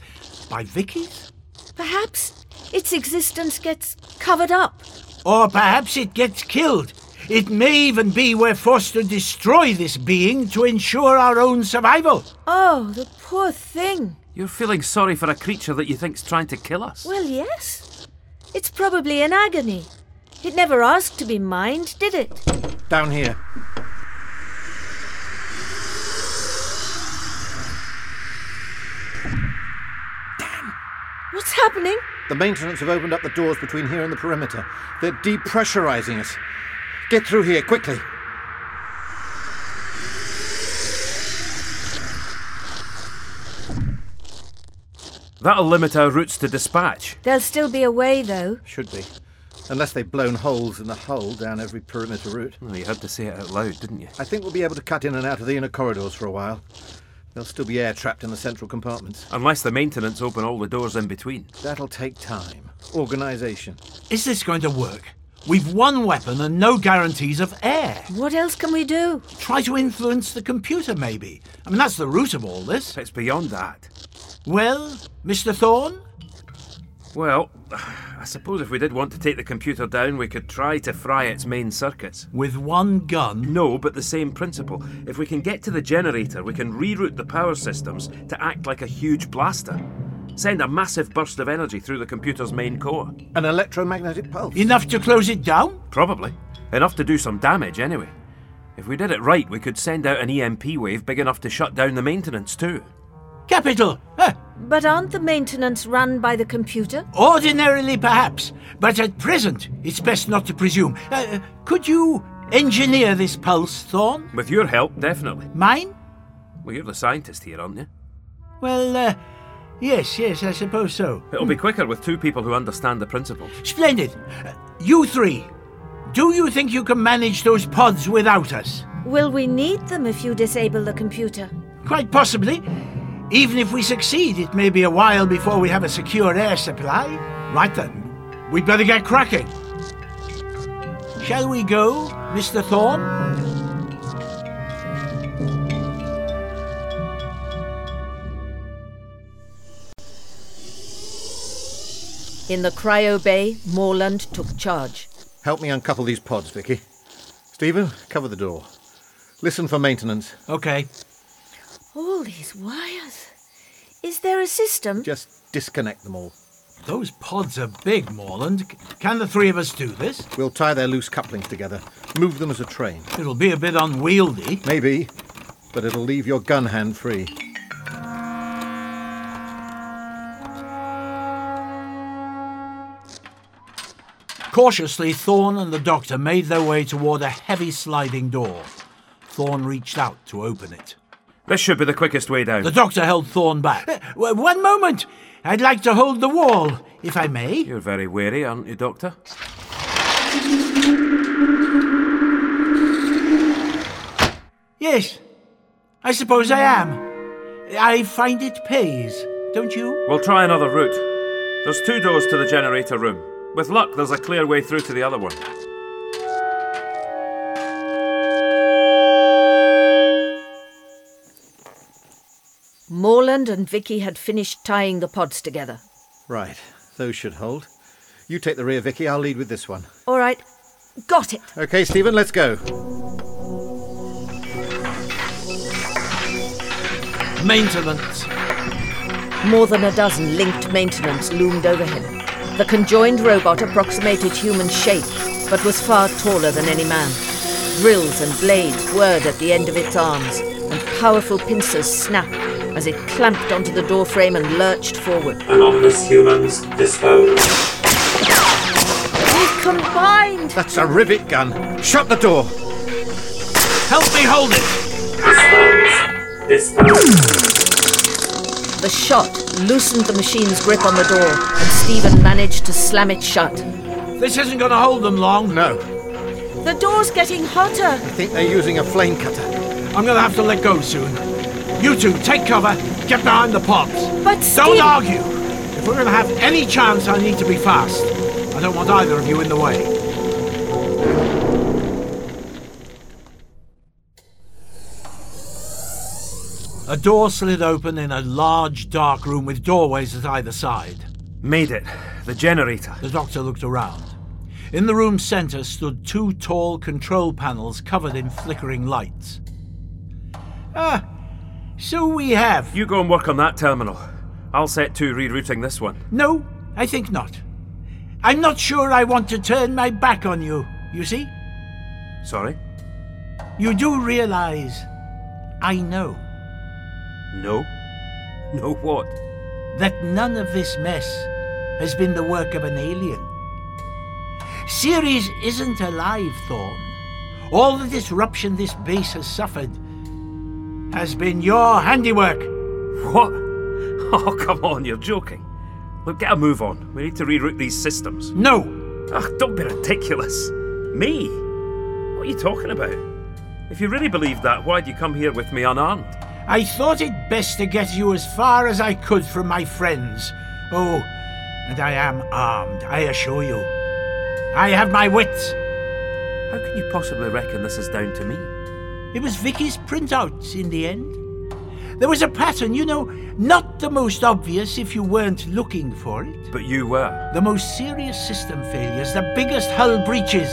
by Vicky's?
Perhaps its existence gets covered up.
Or perhaps it gets killed. It may even be we're forced to destroy this being to ensure our own survival.
Oh, the poor thing.
You're feeling sorry for a creature that you think's trying to kill us?
Well, yes. It's probably in agony. It never asked to be mined, did it?
Down here.
What's happening?
The maintenance have opened up the doors between here and the perimeter. They're depressurizing us. Get through here, quickly.
That'll limit our routes to dispatch.
There'll still be a way, though.
Should be. Unless they've blown holes in the hull down every perimeter route.
Well, you had to say it out loud, didn't you?
I think we'll be able to cut in and out of the inner corridors for a while. There'll still be air trapped in the central compartments.
Unless the maintenance open all the doors in between.
That'll take time. Organisation.
Is this going to work? We've one weapon and no guarantees of air.
What else can we do?
Try to influence the computer, maybe. I mean, that's the root of all this.
It's beyond that.
Well, Mr. Thorn.
Well, I suppose if we did want to take the computer down, we could try to fry its main circuits.
With one gun?
No, but the same principle. If we can get to the generator, we can reroute the power systems to act like a huge blaster. Send a massive burst of energy through the computer's main core.
An electromagnetic pulse?
Enough to close it down?
Probably. Enough to do some damage, anyway. If we did it right, we could send out an EMP wave big enough to shut down the maintenance, too.
Capital! Huh.
But aren't the maintenance run by the computer?
Ordinarily, perhaps. But at present, it's best not to presume. Uh, could you engineer this pulse, Thorn?
With your help, definitely.
Mine?
Well, you're the scientist here, aren't you?
Well, uh, yes, yes, I suppose so.
It'll be quicker with two people who understand the principles.
Splendid. Uh, you three, do you think you can manage those pods without us?
Will we need them if you disable the computer?
Quite possibly. Even if we succeed, it may be a while before we have a secure air supply. Right then, we'd better get cracking. Shall we go, Mr. Thorn?
In the cryo bay, Morland took charge.
Help me uncouple these pods, Vicky. Stephen, cover the door. Listen for maintenance.
Okay.
All these wires. Is there a system?
Just disconnect them all.
Those pods are big, Morland. C- Can the three of us do this?
We'll tie their loose couplings together. Move them as a train.
It'll be a bit unwieldy.
Maybe, but it'll leave your gun hand free.
Cautiously, Thorn and the doctor made their way toward a heavy sliding door. Thorn reached out to open it.
This should be the quickest way down.
The doctor held Thorn back. "Eh, w- One moment! I'd like to hold the wall, if I may.
You're very wary, aren't you, Doctor?
Yes, I suppose I am. I find it pays, don't you?
We'll try another route. There's two doors to the generator room. With luck, there's a clear way through to the other one.
Morland and Vicky had finished tying the pods together.
Right, those should hold. You take the rear, Vicky. I'll lead with this one.
All right. Got it.
Okay, Stephen, let's go.
Maintenance.
More than a dozen linked maintenance loomed over him. The conjoined robot approximated human shape, but was far taller than any man. Drills and blades whirred at the end of its arms, and powerful pincers snapped as it clamped onto the doorframe and lurched forward.
Anonymous humans disposed.
We've combined!
That's a rivet gun. Shut the door.
Help me hold it!
The shot loosened the machine's grip on the door, and Stephen managed to slam it shut.
This isn't going to hold them long.
No.
The door's getting hotter!
I think they're using a flame cutter.
I'm going to have to let go soon. You two, take cover. Get behind the pods.
But
Don't
Steve-
argue. If we're going to have any chance, I need to be fast. I don't want either of you in the way. A door slid open in a large, dark room with doorways at either side.
Made it. The generator.
The doctor looked around. In the room's centre stood two tall control panels covered in flickering lights. Ah, so we have.
You go and work on that terminal. I'll set to rerouting this one.
No, I think not. I'm not sure I want to turn my back on you, you see?
Sorry?
You do realize I know
No. No what?
that none of this mess has been the work of an alien. Ceres isn't alive, Thorn. All the disruption this base has suffered has been your handiwork.
What? Oh, come on, you're joking. Look, get a move on. We need to reroute these systems.
No!
Ugh, don't be ridiculous. Me? What are you talking about? If you really believed that, why'd you come here with me unarmed?
I thought it best to get you as far as I could from my friends. Oh, and I am armed, I assure you. I have my wits.
How can you possibly reckon this is down to me?
It was Vicky's printouts in the end. There was a pattern, you know, not the most obvious if you weren't looking for it.
But you were.
The most serious system failures, the biggest hull breaches,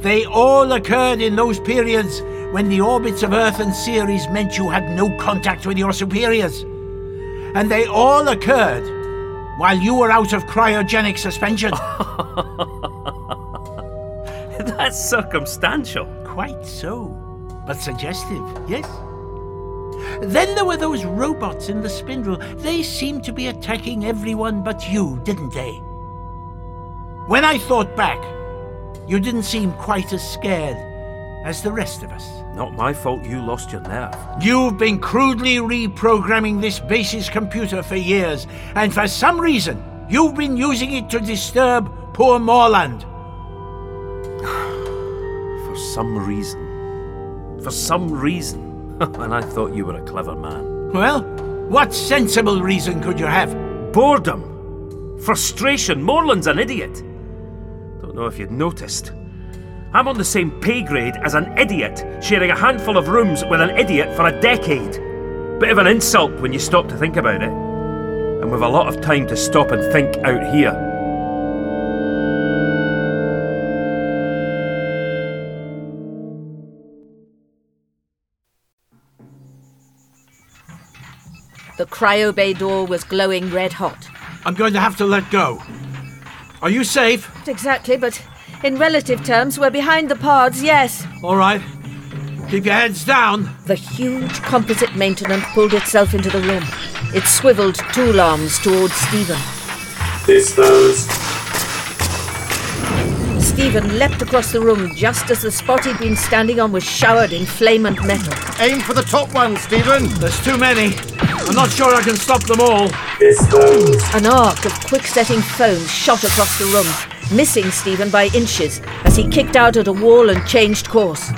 they all occurred in those periods when the orbits of Earth and Ceres meant you had no contact with your superiors. And they all occurred while you were out of cryogenic suspension.
That's circumstantial.
Quite so, but suggestive, yes? Then there were those robots in the spindle. They seemed to be attacking everyone but you, didn't they? When I thought back, you didn't seem quite as scared as the rest of us.
Not my fault you lost your nerve.
You've been crudely reprogramming this base's computer for years, and for some reason, you've been using it to disturb poor Morland.
For some reason. For some reason. and I thought you were a clever man.
Well, what sensible reason could you have?
Boredom! Frustration! Morland's an idiot! Don't know if you'd noticed. I'm on the same pay grade as an idiot, sharing a handful of rooms with an idiot for a decade. Bit of an insult when you stop to think about it. And we've a lot of time to stop and think out here.
The cryo bay door was glowing red hot.
I'm going to have to let go. Are you safe?
Exactly, but in relative terms, we're behind the pods, yes.
All right. Keep your heads down.
The huge composite maintenance pulled itself into the room. It swiveled two arms towards Stephen.
Disposed.
Stephen leapt across the room just as the spot he'd been standing on was showered in flame and metal.
Aim for the top one, Stephen.
There's too many. I'm not sure I can stop them all.
Disposed.
An arc of quick-setting foam shot across the room, missing Stephen by inches as he kicked out at a wall and changed course.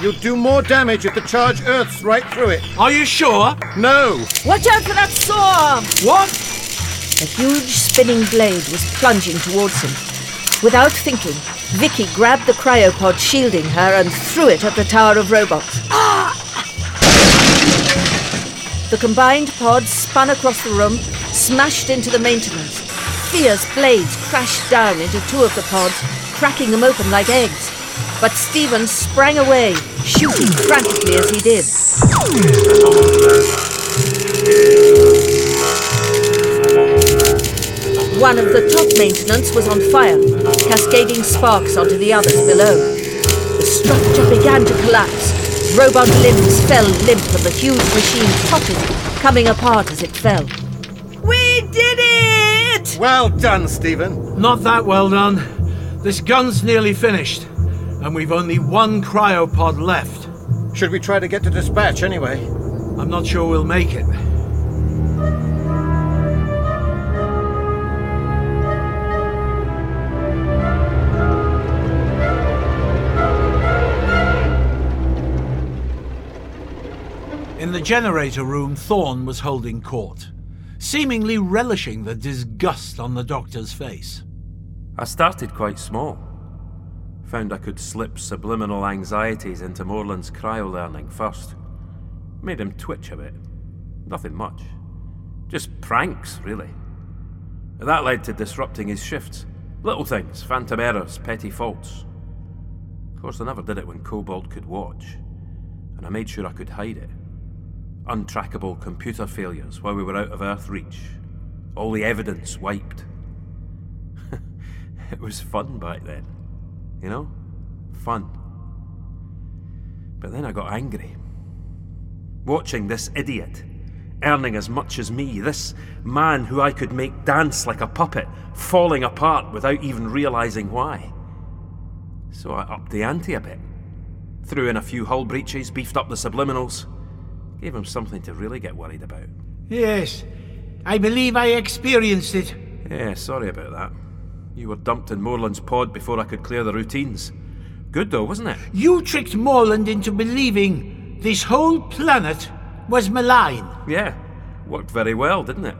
You'll do more damage if the charge earths right through it.
Are you sure?
No.
Watch out for that storm!
What?
The huge spinning blade was plunging towards him. Without thinking, Vicky grabbed the cryopod shielding her and threw it at the Tower of Robots. The combined pods spun across the room, smashed into the maintenance. Fierce blades crashed down into two of the pods, cracking them open like eggs. But Stephen sprang away, shooting frantically as he did. One of the top maintenance was on fire, cascading sparks onto the others below. The structure began to collapse. Robot limbs fell limp and the huge machine toppled, coming apart as it fell.
We did it!
Well done, Stephen.
Not that well done. This gun's nearly finished, and we've only one cryopod left.
Should we try to get to dispatch anyway?
I'm not sure we'll make it. In the generator room, Thorn was holding court, seemingly relishing the disgust on the doctor's face.
I started quite small. Found I could slip subliminal anxieties into Morland's cryo learning first. Made him twitch a bit. Nothing much. Just pranks, really. That led to disrupting his shifts. Little things, phantom errors, petty faults. Of course, I never did it when Cobalt could watch, and I made sure I could hide it untrackable computer failures while we were out of Earth reach. All the evidence wiped. it was fun back then. You know? Fun. But then I got angry. Watching this idiot, earning as much as me, this man who I could make dance like a puppet, falling apart without even realizing why. So I upped the ante a bit. Threw in a few hull breaches, beefed up the subliminals. Gave him something to really get worried about.
Yes, I believe I experienced it.
Yeah, sorry about that. You were dumped in Moreland's pod before I could clear the routines. Good though, wasn't it?
You tricked Moreland into believing this whole planet was malign.
Yeah, worked very well, didn't it?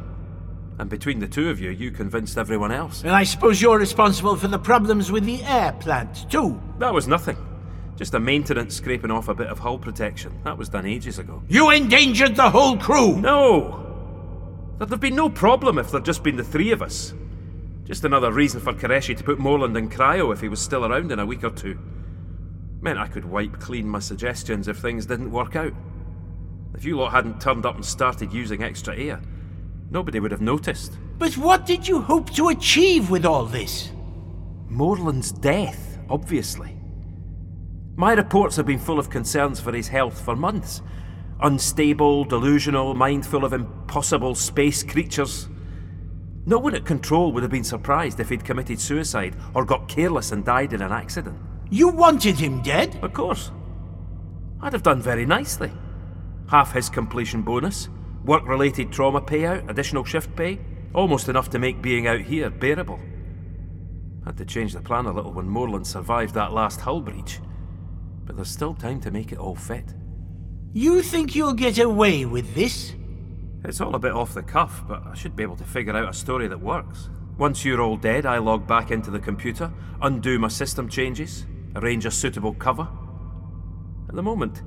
And between the two of you, you convinced everyone else.
And I suppose you're responsible for the problems with the air plant, too.
That was nothing. Just a maintenance scraping off a bit of hull protection. That was done ages ago.
You endangered the whole crew!
No! There'd have been no problem if there'd just been the three of us. Just another reason for Koreshi to put Morland in cryo if he was still around in a week or two. Meant I could wipe clean my suggestions if things didn't work out. If you lot hadn't turned up and started using extra air, nobody would have noticed.
But what did you hope to achieve with all this?
Morland's death, obviously. My reports have been full of concerns for his health for months. Unstable, delusional, mindful of impossible space creatures. No one at control would have been surprised if he'd committed suicide or got careless and died in an accident.
You wanted him dead?
Of course. I'd have done very nicely. Half his completion bonus, work related trauma payout, additional shift pay, almost enough to make being out here bearable. Had to change the plan a little when Moreland survived that last hull breach but there's still time to make it all fit.
You think you'll get away with this?
It's all a bit off the cuff, but I should be able to figure out a story that works. Once you're all dead, I log back into the computer, undo my system changes, arrange a suitable cover. At the moment,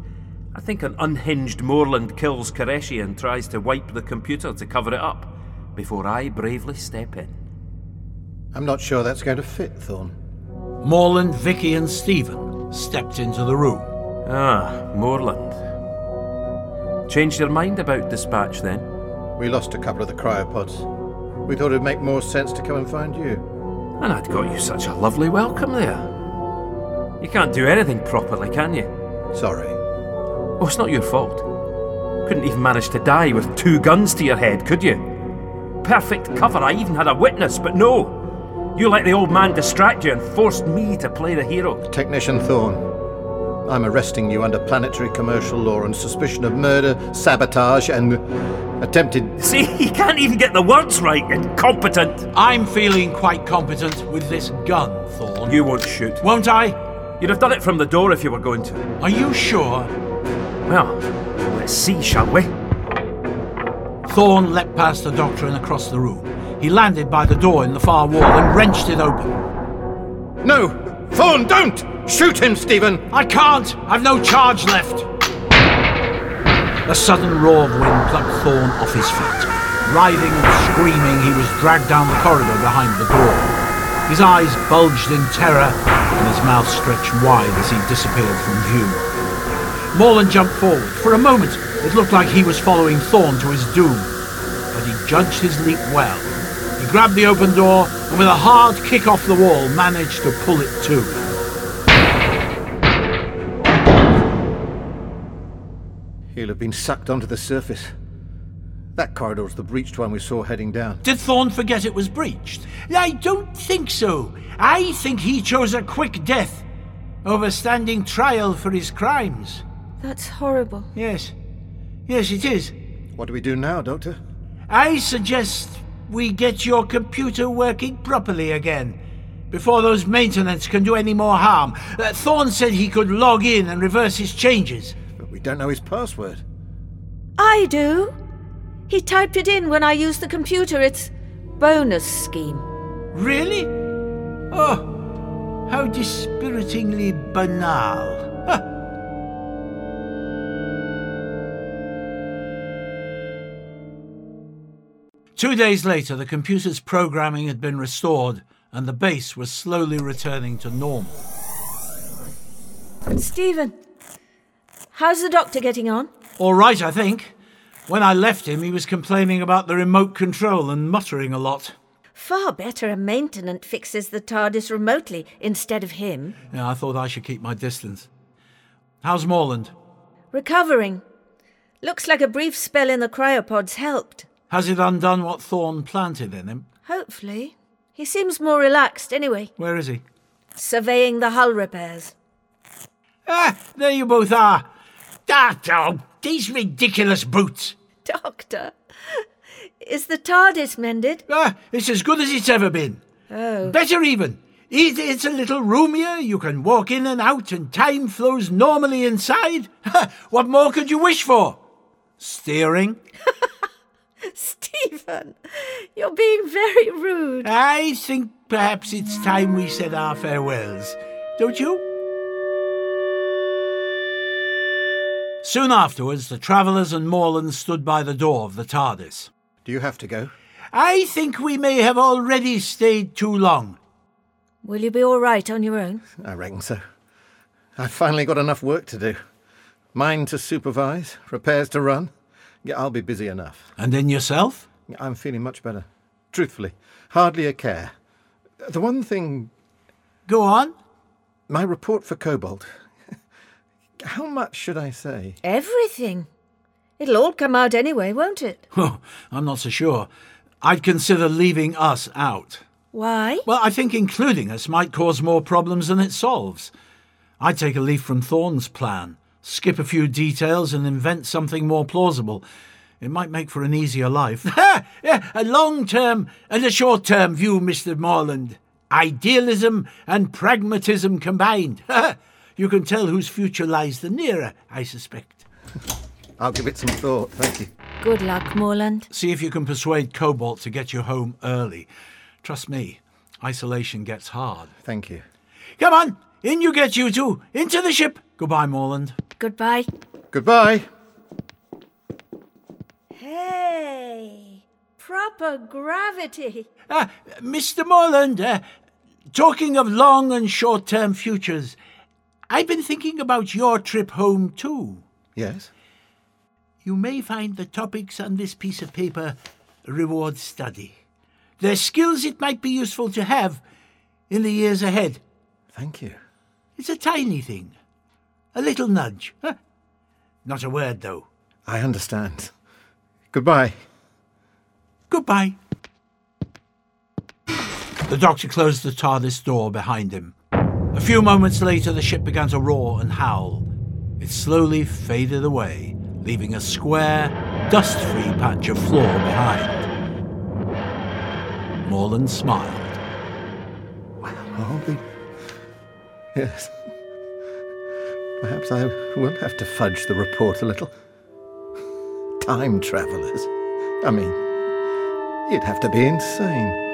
I think an unhinged Moreland kills Koreshi and tries to wipe the computer to cover it up before I bravely step in.
I'm not sure that's going to fit, Thorn.
Moreland, Vicky, and Stephen stepped into the room.
Ah, Moreland. Changed your mind about dispatch then?
We lost a couple of the cryopods. We thought it'd make more sense to come and find you.
And I'd got you such a lovely welcome there. You can't do anything properly, can you?
Sorry.
Oh, it's not your fault. Couldn't even manage to die with two guns to your head, could you? Perfect cover, I even had a witness, but no. You let the old man distract you and forced me to play the hero.
Technician Thorne, I'm arresting you under planetary commercial law on suspicion of murder, sabotage, and attempted.
See, he can't even get the words right. Incompetent.
I'm feeling quite competent with this gun, Thorn.
You won't shoot.
Won't I?
You'd have done it from the door if you were going to.
Are you sure?
Well, let's see, shall we?
Thorn leapt past the doctor and across the room. He landed by the door in the far wall and wrenched it open.
No! Thorn, don't! Shoot him, Stephen!
I can't! I've no charge left! A sudden roar of wind plucked Thorn off his feet. Writhing and screaming, he was dragged down the corridor behind the door. His eyes bulged in terror, and his mouth stretched wide as he disappeared from view. Morland jumped forward. For a moment, it looked like he was following Thorn to his doom, but he judged his leap well. He grabbed the open door and, with a hard kick off the wall, managed to pull it to.
He'll have been sucked onto the surface. That corridor's the breached one we saw heading down.
Did Thorn forget it was breached? I don't think so. I think he chose a quick death over standing trial for his crimes.
That's horrible.
Yes. Yes, it is.
What do we do now, Doctor?
I suggest we get your computer working properly again before those maintenance can do any more harm. Uh, Thorn said he could log in and reverse his changes.
But we don't know his password.
I do. He typed it in when I used the computer. It's bonus scheme.
Really? Oh, how dispiritingly banal. Huh. Two days later, the computer's programming had been restored and the base was slowly returning to normal.
Stephen, how's the doctor getting on?
All right, I think. When I left him, he was complaining about the remote control and muttering a lot.
Far better a maintenance fixes the TARDIS remotely instead of him.
Yeah, I thought I should keep my distance. How's Morland?
Recovering. Looks like a brief spell in the cryopods helped.
Has it undone what Thorn planted in him?
Hopefully. He seems more relaxed anyway,
Where is he?
surveying the hull repairs.
Ah, there you both are. That, oh, these ridiculous boots.
Doctor, is the TARDIS mended?
Ah, it's as good as it's ever been.
Oh.
Better even. It, it's a little roomier. You can walk in and out, and time flows normally inside. what more could you wish for? Steering?
Stephen, you're being very rude.
I think perhaps it's time we said our farewells. Don't you? Soon afterwards, the travellers and Morland stood by the door of the TARDIS.
Do you have to go?
I think we may have already stayed too long.
Will you be all right on your own?
I reckon so. I've finally got enough work to do. Mine to supervise, repairs to run. Yeah, I'll be busy enough.
And in yourself?
I'm feeling much better. Truthfully, hardly a care. The one thing.
Go on.
My report for Cobalt. How much should I say?
Everything. It'll all come out anyway, won't it?
Oh, I'm not so sure. I'd consider leaving us out.
Why?
Well, I think including us might cause more problems than it solves. I'd take a leaf from Thorne's plan, skip a few details, and invent something more plausible. It might make for an easier life. Ha! Yeah, a long term and a short term view, Mr. Morland. Idealism and pragmatism combined. Ha! you can tell whose future lies the nearer, I suspect.
I'll give it some thought, thank you.
Good luck, Morland.
See if you can persuade Cobalt to get you home early. Trust me, isolation gets hard.
Thank you.
Come on, in you get you two, into the ship. Goodbye, Morland.
Goodbye.
Goodbye.
Hey, proper gravity.
Ah, Mr. Morland, uh, talking of long and short term futures, I've been thinking about your trip home too.
Yes?
you may find the topics on this piece of paper reward study. They're skills it might be useful to have in the years ahead.
Thank you.
It's a tiny thing, a little nudge. Huh? Not a word, though.
I understand. Goodbye.
Goodbye. The doctor closed the TARDIS door behind him. A few moments later, the ship began to roar and howl. It slowly faded away, leaving a square, dust free patch of floor behind. Morland smiled.
Well, the... Yes. Perhaps I will have to fudge the report a little. Time travelers. I mean, you'd have to be insane.